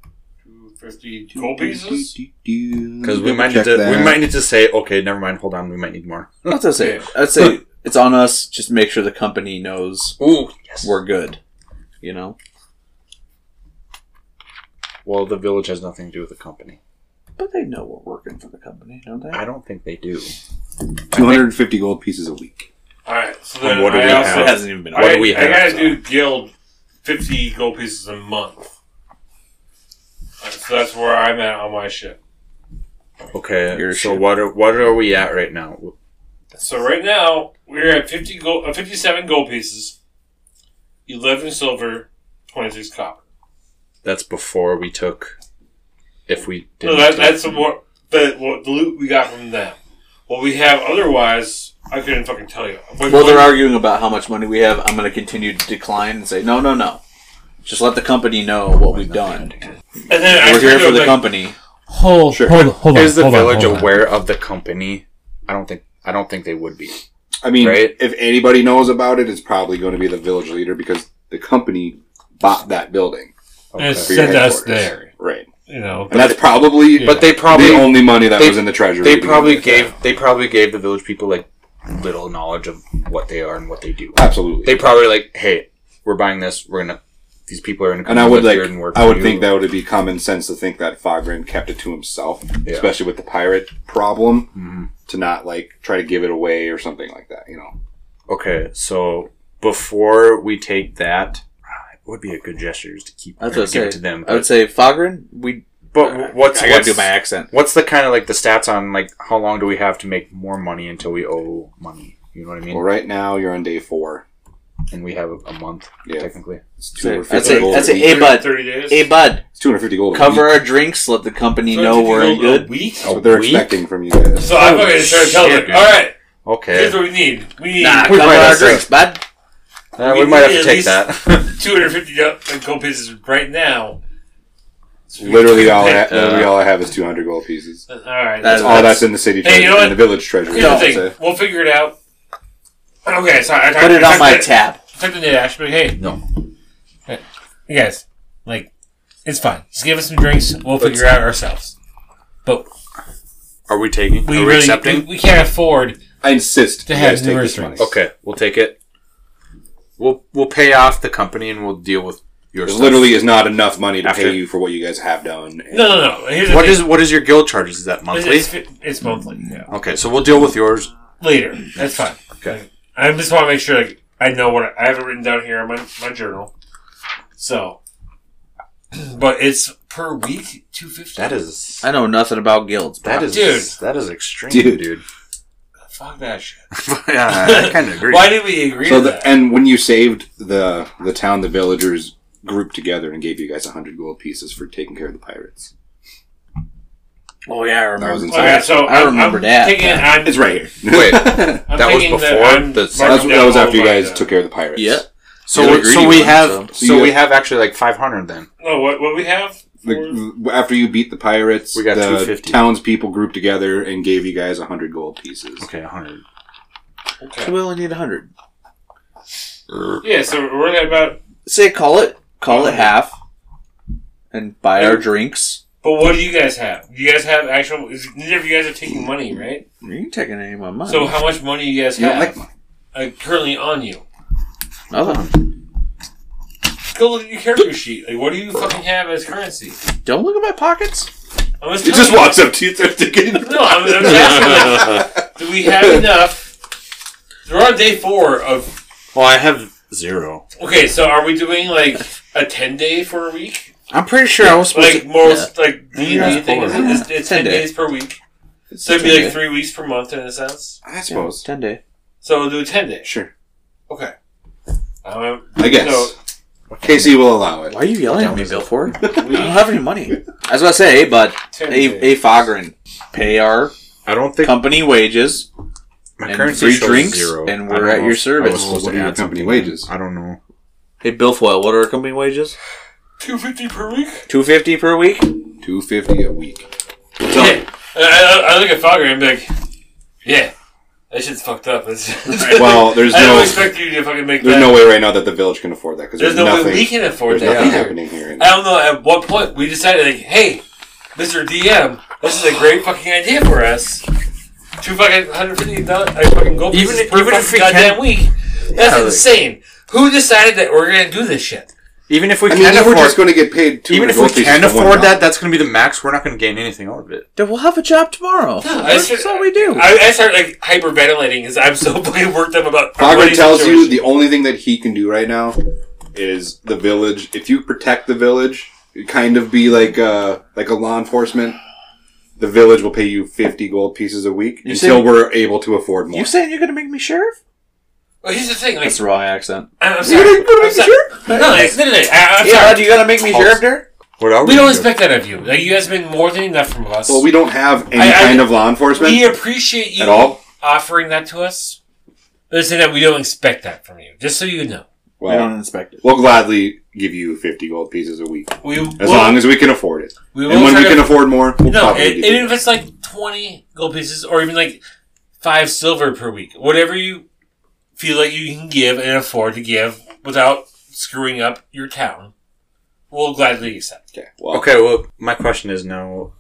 Speaker 3: two fifty gold pieces.
Speaker 1: because we might need to. We might need to say, okay, never mind. Hold on, we might need more.
Speaker 5: That's what I say.
Speaker 3: Yeah.
Speaker 5: I'd say it's on us. Just make sure the company knows
Speaker 1: Ooh, yes.
Speaker 5: we're good. You know?
Speaker 1: Well, the village has nothing to do with the company.
Speaker 5: But they know we're working for the company, don't they?
Speaker 1: I don't think they do.
Speaker 4: Two hundred fifty gold pieces a week.
Speaker 3: All right. So then
Speaker 1: And what do
Speaker 3: I
Speaker 1: we
Speaker 3: also
Speaker 1: have?
Speaker 5: it hasn't even been
Speaker 3: I,
Speaker 1: What do we
Speaker 3: I
Speaker 1: have,
Speaker 3: gotta
Speaker 1: so?
Speaker 3: do guild fifty gold pieces a month. All right, so that's where I'm at on my ship.
Speaker 1: Okay,
Speaker 5: Your
Speaker 1: so
Speaker 5: ship.
Speaker 1: what are what are we at right now?
Speaker 3: So right now we're at fifty gold, uh, fifty-seven gold pieces, eleven silver, twenty-six copper.
Speaker 1: That's before we took. If we
Speaker 3: No,
Speaker 1: didn't,
Speaker 3: that,
Speaker 1: take-
Speaker 3: that's the more the what the loot we got from them. What we have otherwise, I couldn't fucking tell you. But
Speaker 5: Well, they're arguing about how much money we have. I'm going to continue to decline and say, no, no, no. Just let the company know what we've done.
Speaker 7: And then I
Speaker 5: We're here
Speaker 7: turned to
Speaker 5: for
Speaker 7: him
Speaker 5: the
Speaker 7: like,
Speaker 5: company.
Speaker 7: Hold,
Speaker 4: Sure.
Speaker 7: hold, hold on.
Speaker 1: Is the
Speaker 7: hold on,
Speaker 1: village
Speaker 7: hold on.
Speaker 1: aware of the company? I don't think. I don't think they would be.
Speaker 4: I mean,
Speaker 1: Right.
Speaker 4: if anybody knows about it, it's probably going to be the village leader because the company bought that building.
Speaker 7: And it
Speaker 4: for your
Speaker 7: sent us
Speaker 4: headquarters.
Speaker 7: there.
Speaker 4: Right.
Speaker 7: You know,
Speaker 4: And that's probably
Speaker 1: But they probably
Speaker 4: the only money that
Speaker 1: they-
Speaker 4: was in the treasury.
Speaker 1: they
Speaker 4: to begin
Speaker 1: probably
Speaker 4: with.
Speaker 1: gave they probably gave the village people like little knowledge of what they are and what they do.
Speaker 4: Absolutely.
Speaker 1: They probably like, hey, we're buying this. We're gonna these people are gonna come
Speaker 4: and I
Speaker 1: live
Speaker 4: would like,
Speaker 1: here and work
Speaker 4: I
Speaker 1: for
Speaker 4: would
Speaker 1: you.
Speaker 4: think that would be common sense to think that Fogren kept it to himself,
Speaker 1: Yeah. Mm-hmm.
Speaker 4: especially with the pirate problem, to not like try to give it away or something like that. You know,
Speaker 1: Okay, so before we take that, ah, it would be a good gesture just to keep
Speaker 5: That's
Speaker 1: or
Speaker 5: what I
Speaker 1: give
Speaker 5: say.
Speaker 1: it to them.
Speaker 5: I would
Speaker 1: But,
Speaker 5: say Fogren. We.
Speaker 1: but what's
Speaker 5: I gotta
Speaker 1: what's,
Speaker 5: do my accent.
Speaker 1: what's the kind of like the stats on like how long do we have to make more money until we owe money? You know what I mean?
Speaker 4: well, right now you're on day four.
Speaker 1: And we have a month
Speaker 4: Yeah.
Speaker 1: technically.
Speaker 4: It's
Speaker 5: Say-
Speaker 4: 250
Speaker 5: That's a.
Speaker 4: gold.
Speaker 5: That's
Speaker 4: a
Speaker 5: a. Hey bud.
Speaker 3: 30 days.
Speaker 5: Hey bud.
Speaker 4: It's 250 gold. a
Speaker 5: Cover
Speaker 4: week.
Speaker 5: our drinks. Let the company
Speaker 3: So
Speaker 5: know
Speaker 3: it's
Speaker 5: we're
Speaker 3: a
Speaker 5: good. Oh,
Speaker 3: Week?
Speaker 4: That's what they're
Speaker 1: week?
Speaker 4: expecting from you guys.
Speaker 3: So I'm going to start telling
Speaker 1: shit,
Speaker 3: them, all right,
Speaker 1: Okay,
Speaker 3: here's what we need. We need
Speaker 5: Nah,
Speaker 1: We
Speaker 5: cover
Speaker 1: might
Speaker 5: our
Speaker 1: have to-
Speaker 5: drinks, bud.
Speaker 1: Uh,
Speaker 3: we
Speaker 1: we might have
Speaker 3: need
Speaker 1: to
Speaker 3: at
Speaker 1: take
Speaker 3: least- *laughs*
Speaker 1: that.
Speaker 3: 250 gold pieces right now. So we
Speaker 4: Literally
Speaker 3: can
Speaker 4: all, I,
Speaker 3: pay-
Speaker 4: literally
Speaker 1: uh,
Speaker 4: all I have is 200 gold pieces.
Speaker 3: All right.
Speaker 4: That's
Speaker 5: That's
Speaker 4: all that's in the city
Speaker 3: Hey,
Speaker 4: treasury,
Speaker 3: you know
Speaker 4: in the
Speaker 3: what?
Speaker 4: village treasury.
Speaker 3: Here's
Speaker 4: I
Speaker 3: the
Speaker 4: would
Speaker 3: thing.
Speaker 4: say.
Speaker 3: We'll figure it out. Okay, sorry. I talked,
Speaker 5: Put it
Speaker 3: I
Speaker 5: on
Speaker 3: talked *laughs*
Speaker 5: my
Speaker 3: to-
Speaker 5: tab.
Speaker 3: I talked to Nate Ash, but hey,
Speaker 5: No.
Speaker 7: you guys, like, it's fine. Just give us some drinks. We'll figure it out ourselves. But
Speaker 1: Are we taking?
Speaker 7: we
Speaker 1: are we
Speaker 7: really
Speaker 1: accepting?
Speaker 7: We, we can't afford.
Speaker 4: I insist
Speaker 7: To
Speaker 4: you
Speaker 7: have
Speaker 4: guys take
Speaker 7: numerous
Speaker 4: this money.
Speaker 7: things.
Speaker 1: Okay, we'll take it. We'll we'll pay off the company and we'll deal with your.
Speaker 4: There
Speaker 1: stuff.
Speaker 4: literally is not enough money to
Speaker 1: After-
Speaker 4: pay you for what you guys have done. And
Speaker 3: no, no, no. Here's the
Speaker 1: What
Speaker 3: thing.
Speaker 1: is what is your guild charges? Is that monthly?
Speaker 3: It's, it's, it's monthly. Yeah.
Speaker 1: Okay, so we'll deal with yours.
Speaker 3: Later. That's fine.
Speaker 1: Okay.
Speaker 3: I just want to make sure like, I know what I, I have it written down here in my, my journal. So, *clears throat* but it's per week two fifty.
Speaker 1: That is
Speaker 5: I know nothing about guilds.
Speaker 1: that is
Speaker 3: Dude.
Speaker 1: that is extreme,
Speaker 4: Dude.
Speaker 1: dude.
Speaker 3: fuck that shit.
Speaker 1: *laughs* yeah, I kind of agree.
Speaker 3: *laughs* Why did we agree?
Speaker 4: So
Speaker 3: to
Speaker 4: the,
Speaker 3: that?
Speaker 4: and when you saved the the town, the villagers grouped together and gave you guys hundred gold pieces for taking care of the pirates.
Speaker 5: Oh yeah, I remember.
Speaker 4: That was insane. *laughs*
Speaker 3: okay, so
Speaker 5: I
Speaker 3: I'm-
Speaker 5: remember
Speaker 3: I'm
Speaker 5: that.
Speaker 3: Taking, I'm,
Speaker 4: It's right here.
Speaker 1: Wait,
Speaker 4: that's,
Speaker 3: I'm
Speaker 1: that was
Speaker 3: thinking
Speaker 1: before
Speaker 3: I'm
Speaker 1: the-
Speaker 3: marking
Speaker 4: that
Speaker 3: down
Speaker 4: was
Speaker 3: all
Speaker 4: after you
Speaker 3: my,
Speaker 4: guys
Speaker 3: uh,
Speaker 4: took care of the pirates.
Speaker 5: Yeah.
Speaker 1: so *laughs*
Speaker 5: You're
Speaker 1: we-
Speaker 5: the
Speaker 1: so
Speaker 5: greedy
Speaker 1: we
Speaker 5: one,
Speaker 1: have
Speaker 5: so-
Speaker 1: so,
Speaker 4: So you-
Speaker 1: we have actually like five hundred then.
Speaker 3: No, what what we have? Four-
Speaker 4: The, after you beat the pirates,
Speaker 1: We got
Speaker 4: the
Speaker 1: 250.
Speaker 4: townspeople grouped together and gave you guys hundred gold pieces.
Speaker 1: Okay, hundred.
Speaker 3: okay.
Speaker 5: We only need hundred.
Speaker 3: Yeah, so we're at about.
Speaker 5: Say call it call it half, and buy our drinks.
Speaker 3: But what do you guys have? You guys have actual? Is, neither of you guys are taking money, right?
Speaker 5: You ain't taking any of my money.
Speaker 3: So how much money you guys
Speaker 4: You don't
Speaker 3: have
Speaker 4: like mine.
Speaker 3: uh, currently on you?
Speaker 5: Nothing.
Speaker 3: Go look at your character sheet. Like, what do you fucking have as currency?
Speaker 5: Don't look at my pockets.
Speaker 3: I'm just
Speaker 4: It just
Speaker 3: telling
Speaker 4: walks up to you to *laughs* get
Speaker 3: you. No, I'm, I'm asking. like,
Speaker 4: *laughs*
Speaker 3: do we have enough? We're on day four of.
Speaker 1: Well, I have zero.
Speaker 3: Okay, so are we doing like a ten day for a week?
Speaker 5: I'm pretty sure I was supposed
Speaker 3: Like
Speaker 5: to.
Speaker 3: most like D
Speaker 5: Yeah,
Speaker 3: and D
Speaker 5: it's
Speaker 3: thing is
Speaker 5: four.
Speaker 3: it's, it's ten,
Speaker 5: Ten
Speaker 3: days per week. So it'd be
Speaker 5: ten
Speaker 3: like
Speaker 5: day.
Speaker 3: three weeks per month in a sense.
Speaker 4: I
Speaker 5: Yeah,
Speaker 4: suppose.
Speaker 5: ten day.
Speaker 3: So we'll do a ten day.
Speaker 4: Sure.
Speaker 3: Okay. Um,
Speaker 4: I guess.
Speaker 3: So-
Speaker 4: Casey will allow it.
Speaker 5: Why are you yelling at me, Bill Ford? *laughs* I
Speaker 3: we
Speaker 5: don't have any money. I was about to say, hey, bud,
Speaker 3: ten
Speaker 5: hey,
Speaker 3: days.
Speaker 5: hey, Fogren, pay our
Speaker 1: I don't think
Speaker 5: company wages
Speaker 1: my
Speaker 5: and
Speaker 1: currency
Speaker 5: free
Speaker 1: shows
Speaker 5: drinks,
Speaker 1: zero.
Speaker 5: and
Speaker 1: I
Speaker 5: we're
Speaker 1: don't
Speaker 5: at
Speaker 1: know
Speaker 5: your
Speaker 1: if I
Speaker 5: service.
Speaker 1: was supposed
Speaker 4: What
Speaker 1: to
Speaker 4: are your
Speaker 1: add
Speaker 4: company
Speaker 1: something.
Speaker 4: wages?
Speaker 1: I don't know.
Speaker 5: Hey, Bill Foyle, what are our company wages?
Speaker 3: 250 per week?
Speaker 5: Two fifty per week.
Speaker 4: Two fifty a
Speaker 5: *laughs*
Speaker 4: week.
Speaker 3: Yeah. I, I, I look at Fogger and be like, yeah, that shitit's fucked up. *laughs* It's,
Speaker 4: Well, there's
Speaker 3: I don't
Speaker 4: no-
Speaker 3: expect you to fucking make
Speaker 4: There's
Speaker 3: that.
Speaker 4: no way right now that the village can afford that because
Speaker 3: there's
Speaker 4: there's,
Speaker 3: no
Speaker 4: nothing.
Speaker 3: way we can afford
Speaker 4: there's
Speaker 3: that
Speaker 4: nothing
Speaker 3: either.
Speaker 4: happening here.
Speaker 3: I don't know at what point we decided, like, hey, Mr. DM, this is a great fucking idea for us. Two fucking hundred fifty dollars, like fucking gold
Speaker 7: Even
Speaker 3: pieces
Speaker 7: if-
Speaker 3: per
Speaker 7: even if
Speaker 3: fucking
Speaker 7: we
Speaker 3: goddamn
Speaker 7: can-
Speaker 3: week. That's
Speaker 7: Yeah, like-
Speaker 3: insane. Who decided that we're gonna do this shit?
Speaker 1: Even if we
Speaker 4: I
Speaker 1: can
Speaker 4: mean,
Speaker 1: afford,
Speaker 4: we're just going to get paid. two
Speaker 1: even if we can afford that, that's going to be the max. We're not going to gain anything out of it.
Speaker 5: Then we'll have a job tomorrow. That's
Speaker 3: should-
Speaker 5: what we do.
Speaker 3: I, I start like hyperventilating because I'm so *laughs* fucking worked up about.
Speaker 4: Fogren
Speaker 3: everybody's
Speaker 4: tells you
Speaker 3: situation.
Speaker 4: the only thing that he can do right now is the village. If you protect the village, you kind of be like uh like a law enforcement. The village will pay you fifty gold pieces a week
Speaker 5: You
Speaker 4: until
Speaker 5: say-
Speaker 4: we're able to afford more.
Speaker 5: you saying you're gonna make me sheriff?
Speaker 3: Well, here's the thing. Like,
Speaker 5: That's the wrong accent.
Speaker 3: I'm, I'm sorry. I'm sorry. No, no, no, no, no, I, am sorry.
Speaker 5: you gotta make me sheriff, there?
Speaker 1: What are
Speaker 3: We don't expect that of you. Like, you guys have been more than enough from us.
Speaker 4: well, we don't have any
Speaker 3: I- I-
Speaker 4: kind of law enforcement
Speaker 3: we appreciate you
Speaker 4: at all.
Speaker 3: offering that to us. But it's that we don't expect that from you. Just so you know.
Speaker 5: We
Speaker 4: Well,
Speaker 5: don't expect it.
Speaker 4: we'll gladly give you 50 gold pieces a week.
Speaker 3: We
Speaker 4: As
Speaker 3: will-
Speaker 4: long as we can afford it.
Speaker 3: we will
Speaker 4: And when
Speaker 3: try
Speaker 4: we
Speaker 3: to-
Speaker 4: can afford more, we'll
Speaker 3: no,
Speaker 4: probably
Speaker 3: and,
Speaker 4: do
Speaker 3: and
Speaker 4: it.
Speaker 3: if it's like twenty gold pieces or even like five silver per week, whatever you feel like you can give and afford to give without screwing up your town, we'll gladly accept.
Speaker 4: Okay, well,
Speaker 2: Okay, well, my question is now: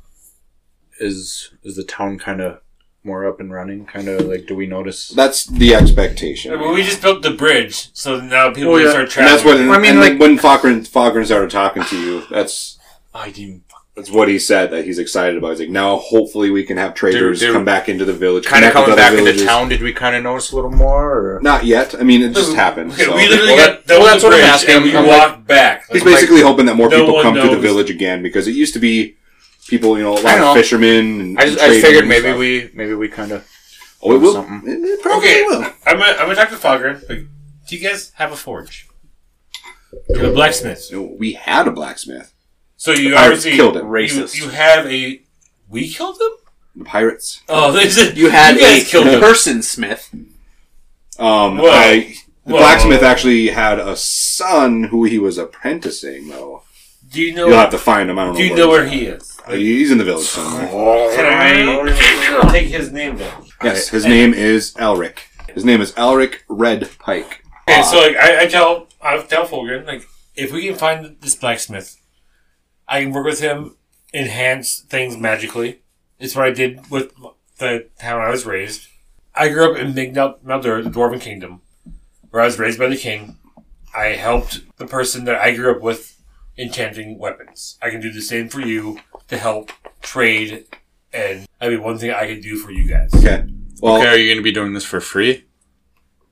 Speaker 2: is is the town kind of more up and running? Kind of like, do we notice?
Speaker 4: that's the expectation.
Speaker 3: I mean, we just built the bridge, so now people
Speaker 2: Well,
Speaker 3: can
Speaker 2: yeah,
Speaker 3: start
Speaker 4: and
Speaker 3: traveling.
Speaker 4: that's what,
Speaker 2: I
Speaker 4: I
Speaker 2: mean,
Speaker 4: mean, and
Speaker 2: like-
Speaker 4: when Fogren, Fogren started talking to you, that's,
Speaker 1: I didn't.
Speaker 4: that's what he said that he's excited about. He's like, now hopefully we can have traders
Speaker 2: dude.
Speaker 4: come back into the village.
Speaker 2: Kind of
Speaker 4: connect with
Speaker 2: coming
Speaker 4: other
Speaker 2: back into
Speaker 4: villages.
Speaker 2: town, did we kind of notice a little more? Or?
Speaker 4: Not yet. I mean, it just happened.
Speaker 3: Okay,
Speaker 4: so-
Speaker 3: we literally
Speaker 2: Well,
Speaker 3: got
Speaker 2: well,
Speaker 3: that was
Speaker 2: that's
Speaker 3: the
Speaker 2: what I'm
Speaker 3: bridge,
Speaker 2: asking.
Speaker 3: and we
Speaker 2: I'm like-
Speaker 3: walked back.
Speaker 4: He's
Speaker 3: Like,
Speaker 4: basically hoping that more
Speaker 3: no
Speaker 4: people
Speaker 3: one
Speaker 4: come to the
Speaker 3: knows.
Speaker 4: village again because it used to be people, you know, a
Speaker 2: I
Speaker 4: lot
Speaker 2: know.
Speaker 4: of fishermen. And
Speaker 2: I just I
Speaker 4: traders
Speaker 2: figured
Speaker 4: and
Speaker 2: maybe
Speaker 4: stuff.
Speaker 2: we maybe we kind of
Speaker 4: Oh, it will.
Speaker 2: something.
Speaker 4: It, it probably
Speaker 3: Okay.
Speaker 4: will.
Speaker 3: I'm gonna, I'm gonna talk to Fogger. Like, do you guys have a forge? You have a blacksmith.
Speaker 4: No, we had a blacksmith.
Speaker 3: So you
Speaker 4: I
Speaker 3: obviously
Speaker 4: killed him.
Speaker 5: Racist.
Speaker 3: You, you have a. We killed them.
Speaker 4: The pirates.
Speaker 3: *laughs* Oh, they said
Speaker 5: You had
Speaker 3: guys
Speaker 5: a
Speaker 3: killed them.
Speaker 5: person smith.
Speaker 4: Um,
Speaker 3: Whoa.
Speaker 4: I, the
Speaker 3: Whoa.
Speaker 4: blacksmith actually had a son who he was apprenticing, though.
Speaker 3: Do you
Speaker 4: You'll
Speaker 3: know?
Speaker 4: have to find him. I don't know.
Speaker 3: Do you know where he is?
Speaker 4: he's at. Uh, He's in the village somewhere.
Speaker 1: Oh,
Speaker 3: Can I take his name down?
Speaker 4: Yes, his name is Elric. His name is Elric Red Pike.
Speaker 3: Okay, so like I, I tell I tell Fulgrim like if we can find this blacksmith, I can work with him, enhance things magically. It's what I did with the town I was raised. I grew up in Mignal Maldur, the Dwarven Kingdom, where I was raised by the king. I helped the person that I grew up with enchanting weapons. I can do the same for you to help trade, and I mean one thing I can do for you guys.
Speaker 4: Okay. Well,
Speaker 1: Okay, are you going to be doing this for free?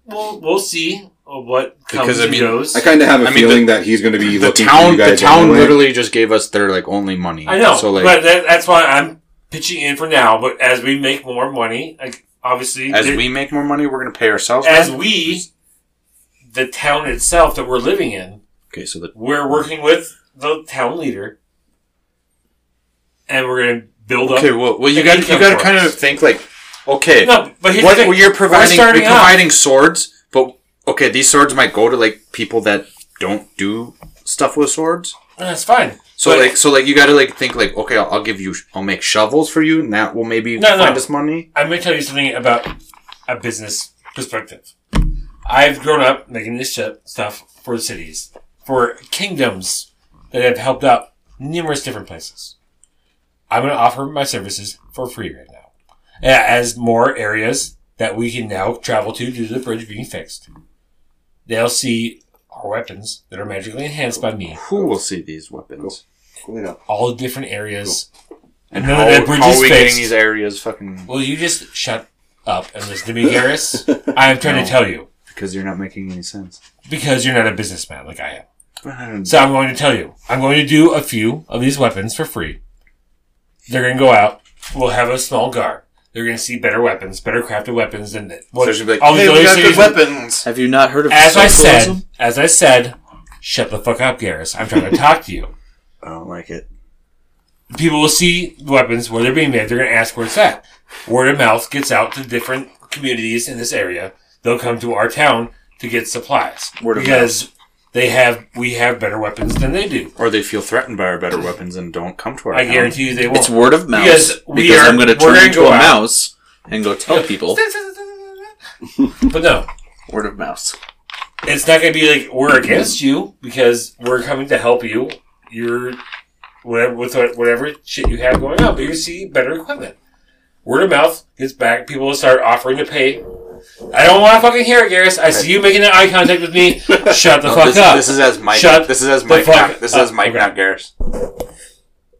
Speaker 3: We'll we'll see what comes
Speaker 1: Because, I
Speaker 3: and
Speaker 1: mean,
Speaker 3: goes.
Speaker 4: I kind of have a
Speaker 1: I mean,
Speaker 4: feeling that he's going to be
Speaker 1: The
Speaker 4: looking for
Speaker 1: town,
Speaker 4: you guys.
Speaker 1: the town
Speaker 4: anyway.
Speaker 1: literally just gave us their like only money.
Speaker 3: I know,
Speaker 1: So like,
Speaker 3: but that, that's why I'm pitching in for now. But as we make more money, like obviously,
Speaker 1: as
Speaker 3: there-
Speaker 1: we make more money, we're going to pay ourselves.
Speaker 3: as
Speaker 1: more?
Speaker 3: we, the town itself that we're living in,
Speaker 1: okay, so the
Speaker 3: we're working with the town leader, and we're going to build
Speaker 1: okay,
Speaker 3: up.
Speaker 1: well, well you
Speaker 3: an
Speaker 1: got you
Speaker 3: income
Speaker 1: got to
Speaker 3: for
Speaker 1: kind
Speaker 3: us.
Speaker 1: of think like, okay,
Speaker 3: No, but here's
Speaker 1: what
Speaker 3: the thing.
Speaker 1: well, you're
Speaker 3: We're
Speaker 1: providing you're
Speaker 3: starting out.
Speaker 1: providing swords but okay these swords might go to like people that don't do stuff with swords
Speaker 3: That's fine.
Speaker 1: so
Speaker 3: But-
Speaker 1: like so like you gotta like think like okay I'll, I'll give you i'll make shovels for you and that will maybe
Speaker 3: No, no.
Speaker 1: find us money
Speaker 3: I'm going to tell you something about a business perspective. I've grown up making this shit stuff for cities, for kingdoms that have helped out numerous different places. I'm going to offer my services for free right now. Yeah, As more areas that we can now travel to due to the bridge being fixed, they'll see our weapons that are magically enhanced by me,
Speaker 1: who will see these weapons
Speaker 3: all the different areas.
Speaker 1: and
Speaker 3: None
Speaker 1: how,
Speaker 3: of that bridge
Speaker 1: how
Speaker 3: is
Speaker 1: are we getting
Speaker 3: fixed.
Speaker 1: these areas fucking
Speaker 3: Will you just shut up and listen to me, Garrus? I'm trying to tell you.
Speaker 1: because you're not making any sense
Speaker 3: because you're not a businessman like I am. So I'm going to tell you, I'm going to do a few of these weapons for free. They're going to go out. We'll have a small guard. They're going to see better weapons, better crafted weapons than the- what
Speaker 1: she'll be like,
Speaker 3: all these other cities-
Speaker 1: weapons
Speaker 5: Have you not heard of
Speaker 3: As I
Speaker 5: socialism?
Speaker 3: said, as I said, shut the fuck up, Garrus. I'm trying to talk to you.
Speaker 1: i don't like it
Speaker 3: People will see the weapons where they're being made. They're going to ask where it's at. Word of mouth gets out to different communities in this area. They'll come to our town to get supplies
Speaker 5: Word of
Speaker 3: because they have we have better weapons than they do.
Speaker 1: or they feel threatened by our better weapons and don't come to our
Speaker 3: I
Speaker 1: town.
Speaker 3: guarantee you they won't.
Speaker 5: It's word of mouth.
Speaker 3: Because
Speaker 5: Because,
Speaker 3: we are-
Speaker 5: I'm going to
Speaker 3: we're gonna
Speaker 5: turn into
Speaker 3: go
Speaker 5: a
Speaker 3: out.
Speaker 5: mouse and go tell people
Speaker 3: *laughs* but no,
Speaker 5: word of mouth.
Speaker 3: it's not going to be like we're against you because we're coming to help you. You're whatever with what- whatever shit you have going on, but you see better equipment. Word of mouth gets back. People will start offering to pay. I don't want to fucking hear it, Garrus. I see you making that eye contact
Speaker 1: *laughs*
Speaker 3: with me. Shut the fuck
Speaker 1: this,
Speaker 3: up.
Speaker 1: This is as Mike.
Speaker 3: Shut
Speaker 1: this is as
Speaker 3: the
Speaker 1: Mike.
Speaker 3: fuck
Speaker 1: Not, this is
Speaker 3: up.
Speaker 1: as Mike,
Speaker 3: Okay.
Speaker 1: not Garris.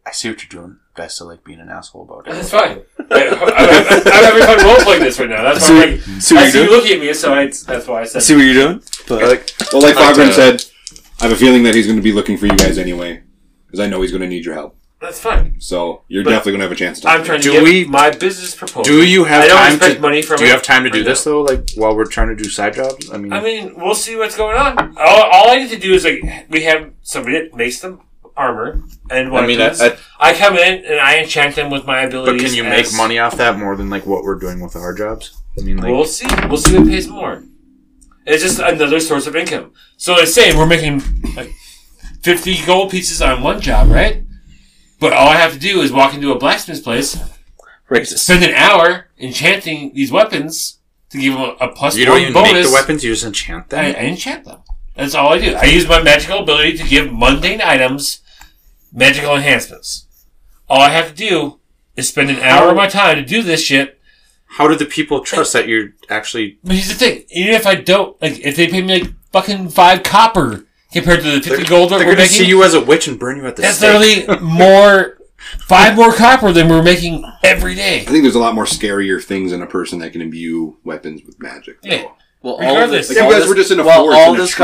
Speaker 1: I see what you're doing. Best to like being an asshole about it.
Speaker 3: That's fine. I, I, I'm having fun role playing this right now. That's why I'm like,
Speaker 4: See
Speaker 3: I
Speaker 4: what
Speaker 3: see
Speaker 4: you're
Speaker 3: you
Speaker 4: doing?
Speaker 3: looking at me, so I, that's why I said.
Speaker 5: See what you're doing?
Speaker 4: Like- well, like
Speaker 1: Um, Like,
Speaker 4: Fogren
Speaker 1: uh,
Speaker 4: said, I have a feeling that he's going to be looking for you guys anyway because I know he's going to need your help.
Speaker 3: That's fine.
Speaker 4: So you're definitely going to have a chance to talk
Speaker 3: I'm trying to
Speaker 1: Do
Speaker 3: get
Speaker 1: we-
Speaker 3: my business proposal.
Speaker 1: Do you
Speaker 3: I
Speaker 1: have
Speaker 3: don't
Speaker 1: time
Speaker 3: expect
Speaker 1: to?
Speaker 3: money from
Speaker 1: do you
Speaker 3: it
Speaker 1: have time to do
Speaker 3: right
Speaker 1: this though? Like while we're trying to do side jobs? I mean,
Speaker 3: I mean, we'll see what's going on. All, all I need to do is like we have somebody that makes them armor and
Speaker 1: I mean, I,
Speaker 3: weapons. I,
Speaker 1: I,
Speaker 3: come in and I enchant them with my abilities.
Speaker 1: but can you
Speaker 3: as-
Speaker 1: make money off that more than like what we're doing with our jobs? I mean, like,
Speaker 3: We'll see. We'll see what pays more. It's just another source of income. So it's saying we're making like 50 gold pieces on one job, right? But all I have to do is walk into a blacksmith's place,
Speaker 5: Racist.
Speaker 3: spend an hour enchanting these weapons to give them a, a plus
Speaker 1: You
Speaker 3: one
Speaker 1: don't even
Speaker 3: bonus.
Speaker 1: make the weapons; you just enchant them.
Speaker 3: I, I enchant them. That's all I do. I use my magical ability to give mundane items magical enhancements. All I have to do is spend an hour of my time to do this shit.
Speaker 1: How do the people trust that you're actually?
Speaker 3: But here's the thing: even if I don't, like, if they pay me like fucking five copper compared to the 50 gold that
Speaker 1: They're going
Speaker 3: we're
Speaker 1: to
Speaker 3: making,
Speaker 1: see you as a witch and burn you at the
Speaker 3: that's
Speaker 1: stake.
Speaker 3: literally more five more copper than we're making
Speaker 1: *laughs*
Speaker 3: every day.
Speaker 4: I think there's a lot more scarier things in a person that can imbue weapons with magic. though.
Speaker 3: Yeah.
Speaker 5: Well, all
Speaker 3: Regardless-
Speaker 4: Like
Speaker 5: this,
Speaker 4: you
Speaker 5: all
Speaker 4: guys
Speaker 5: this-
Speaker 4: were just in a
Speaker 5: while
Speaker 4: forest
Speaker 5: all
Speaker 4: and a
Speaker 5: this
Speaker 4: tree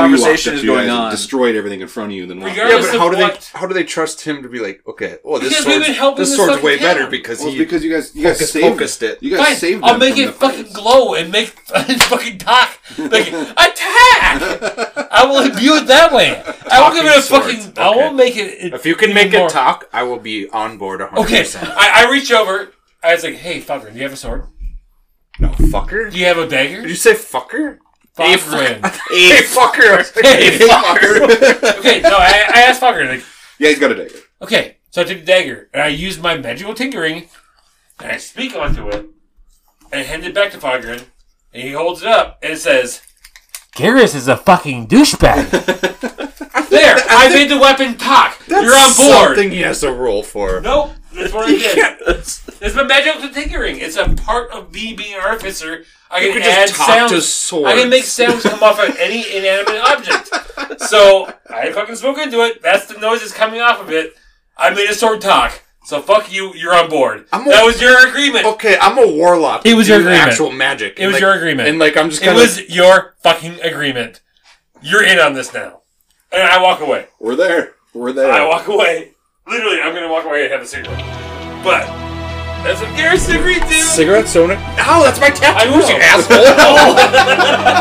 Speaker 4: walked up
Speaker 5: conversation is
Speaker 4: to you
Speaker 5: going
Speaker 4: guys and
Speaker 5: on.
Speaker 4: destroyed everything in front of you. And then walked
Speaker 1: Yeah,
Speaker 3: Regardless
Speaker 1: but
Speaker 4: away.
Speaker 3: of
Speaker 1: how do they
Speaker 3: what-
Speaker 1: how do they trust him to be like, okay, well this
Speaker 3: Because we've
Speaker 1: sword's,
Speaker 3: been helping
Speaker 1: this
Speaker 3: this
Speaker 1: sword's
Speaker 3: fucking
Speaker 1: way
Speaker 3: town.
Speaker 1: better because
Speaker 4: Well,
Speaker 1: he
Speaker 4: because you guys, you guys
Speaker 1: focused-
Speaker 4: saved
Speaker 1: focused
Speaker 4: them.
Speaker 1: it.
Speaker 4: You guys
Speaker 3: Fine,
Speaker 4: saved
Speaker 3: I'll
Speaker 4: them
Speaker 3: make
Speaker 4: from
Speaker 3: it
Speaker 4: the
Speaker 3: fucking
Speaker 4: flames.
Speaker 3: glow and make *laughs* fucking talk. Like, attack! I will imbue it that way. I won't give it a
Speaker 1: Talking
Speaker 3: fucking.
Speaker 1: swords,
Speaker 3: I
Speaker 1: okay.
Speaker 3: won't make it. it
Speaker 1: if you can make
Speaker 3: more-
Speaker 1: it talk, I will be on board 100%.
Speaker 3: Okay, I, I reach over. I was like, hey, Falcon, do you have a sword?
Speaker 1: No, fucker.
Speaker 3: Do you have a
Speaker 1: Did
Speaker 3: dagger?
Speaker 1: you say
Speaker 3: *laughs*
Speaker 1: fucker? Hey,
Speaker 3: Falcon.
Speaker 1: Hey, fucker. I was like,
Speaker 3: *laughs* Hey,
Speaker 1: fucker.
Speaker 3: okay, no, I, I asked Falcon, like,
Speaker 4: Yeah, he's got a dagger.
Speaker 3: Okay, so I took the dagger and I used my magical tinkering and I speak onto it and hand it back to Fogren and he holds it up and it says, Garrus is a fucking douchebag. there, I, made the weapon talk. You're on board.
Speaker 1: Something he has to roll for.
Speaker 3: Nope, that's what I did. It's my magical tinkering. It's a part of me being an artificer. I
Speaker 1: You
Speaker 3: can,
Speaker 1: could
Speaker 3: add
Speaker 1: just talk
Speaker 3: sounds.
Speaker 1: to swords.
Speaker 3: I can make sounds come off of any inanimate object. So I fucking spoke into it. That's the noise that's coming off of it. I made a sword talk. So fuck you. You're on board.
Speaker 1: I'm
Speaker 3: that
Speaker 1: a-
Speaker 3: was your
Speaker 1: *laughs*
Speaker 3: agreement.
Speaker 1: Okay, I'm a warlock.
Speaker 3: It was your
Speaker 1: Do
Speaker 3: agreement.
Speaker 1: actual magic.
Speaker 3: It
Speaker 1: And,
Speaker 3: was
Speaker 1: like-
Speaker 3: your agreement.
Speaker 1: And like I'm just
Speaker 3: it
Speaker 1: kind of
Speaker 3: was your fucking agreement. You're in on this now. And I walk away.
Speaker 4: We're there. We're there.
Speaker 3: I walk away. Literally, I'm gonna walk away and have a cigarette. But that's what Garrison agreed to.
Speaker 1: cigarette Sonic. Oh, that's my tattoo.
Speaker 3: I know.
Speaker 1: you asshole.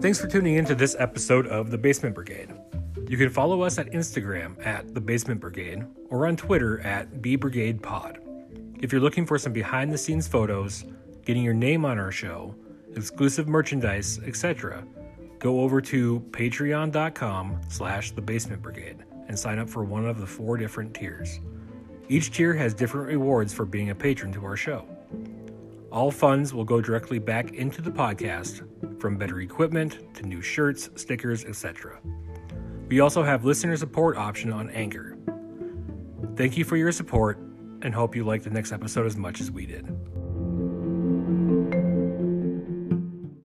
Speaker 8: Thanks for tuning in to this episode of The Basement Brigade. You can follow us at Instagram at The Basement Brigade or on Twitter at BBrigadePod. If you're looking for some behind the scenes photos, getting your name on our show, exclusive merchandise, etc., go over to patreon.com slash the basement brigade and sign up for one of the four different tiers. Each tier has different rewards for being a patron to our show. All funds will go directly back into the podcast, from better equipment to new shirts, stickers, etc. We also have listener support option on Anchor. Thank you for your support and hope you like the next episode as much as we did.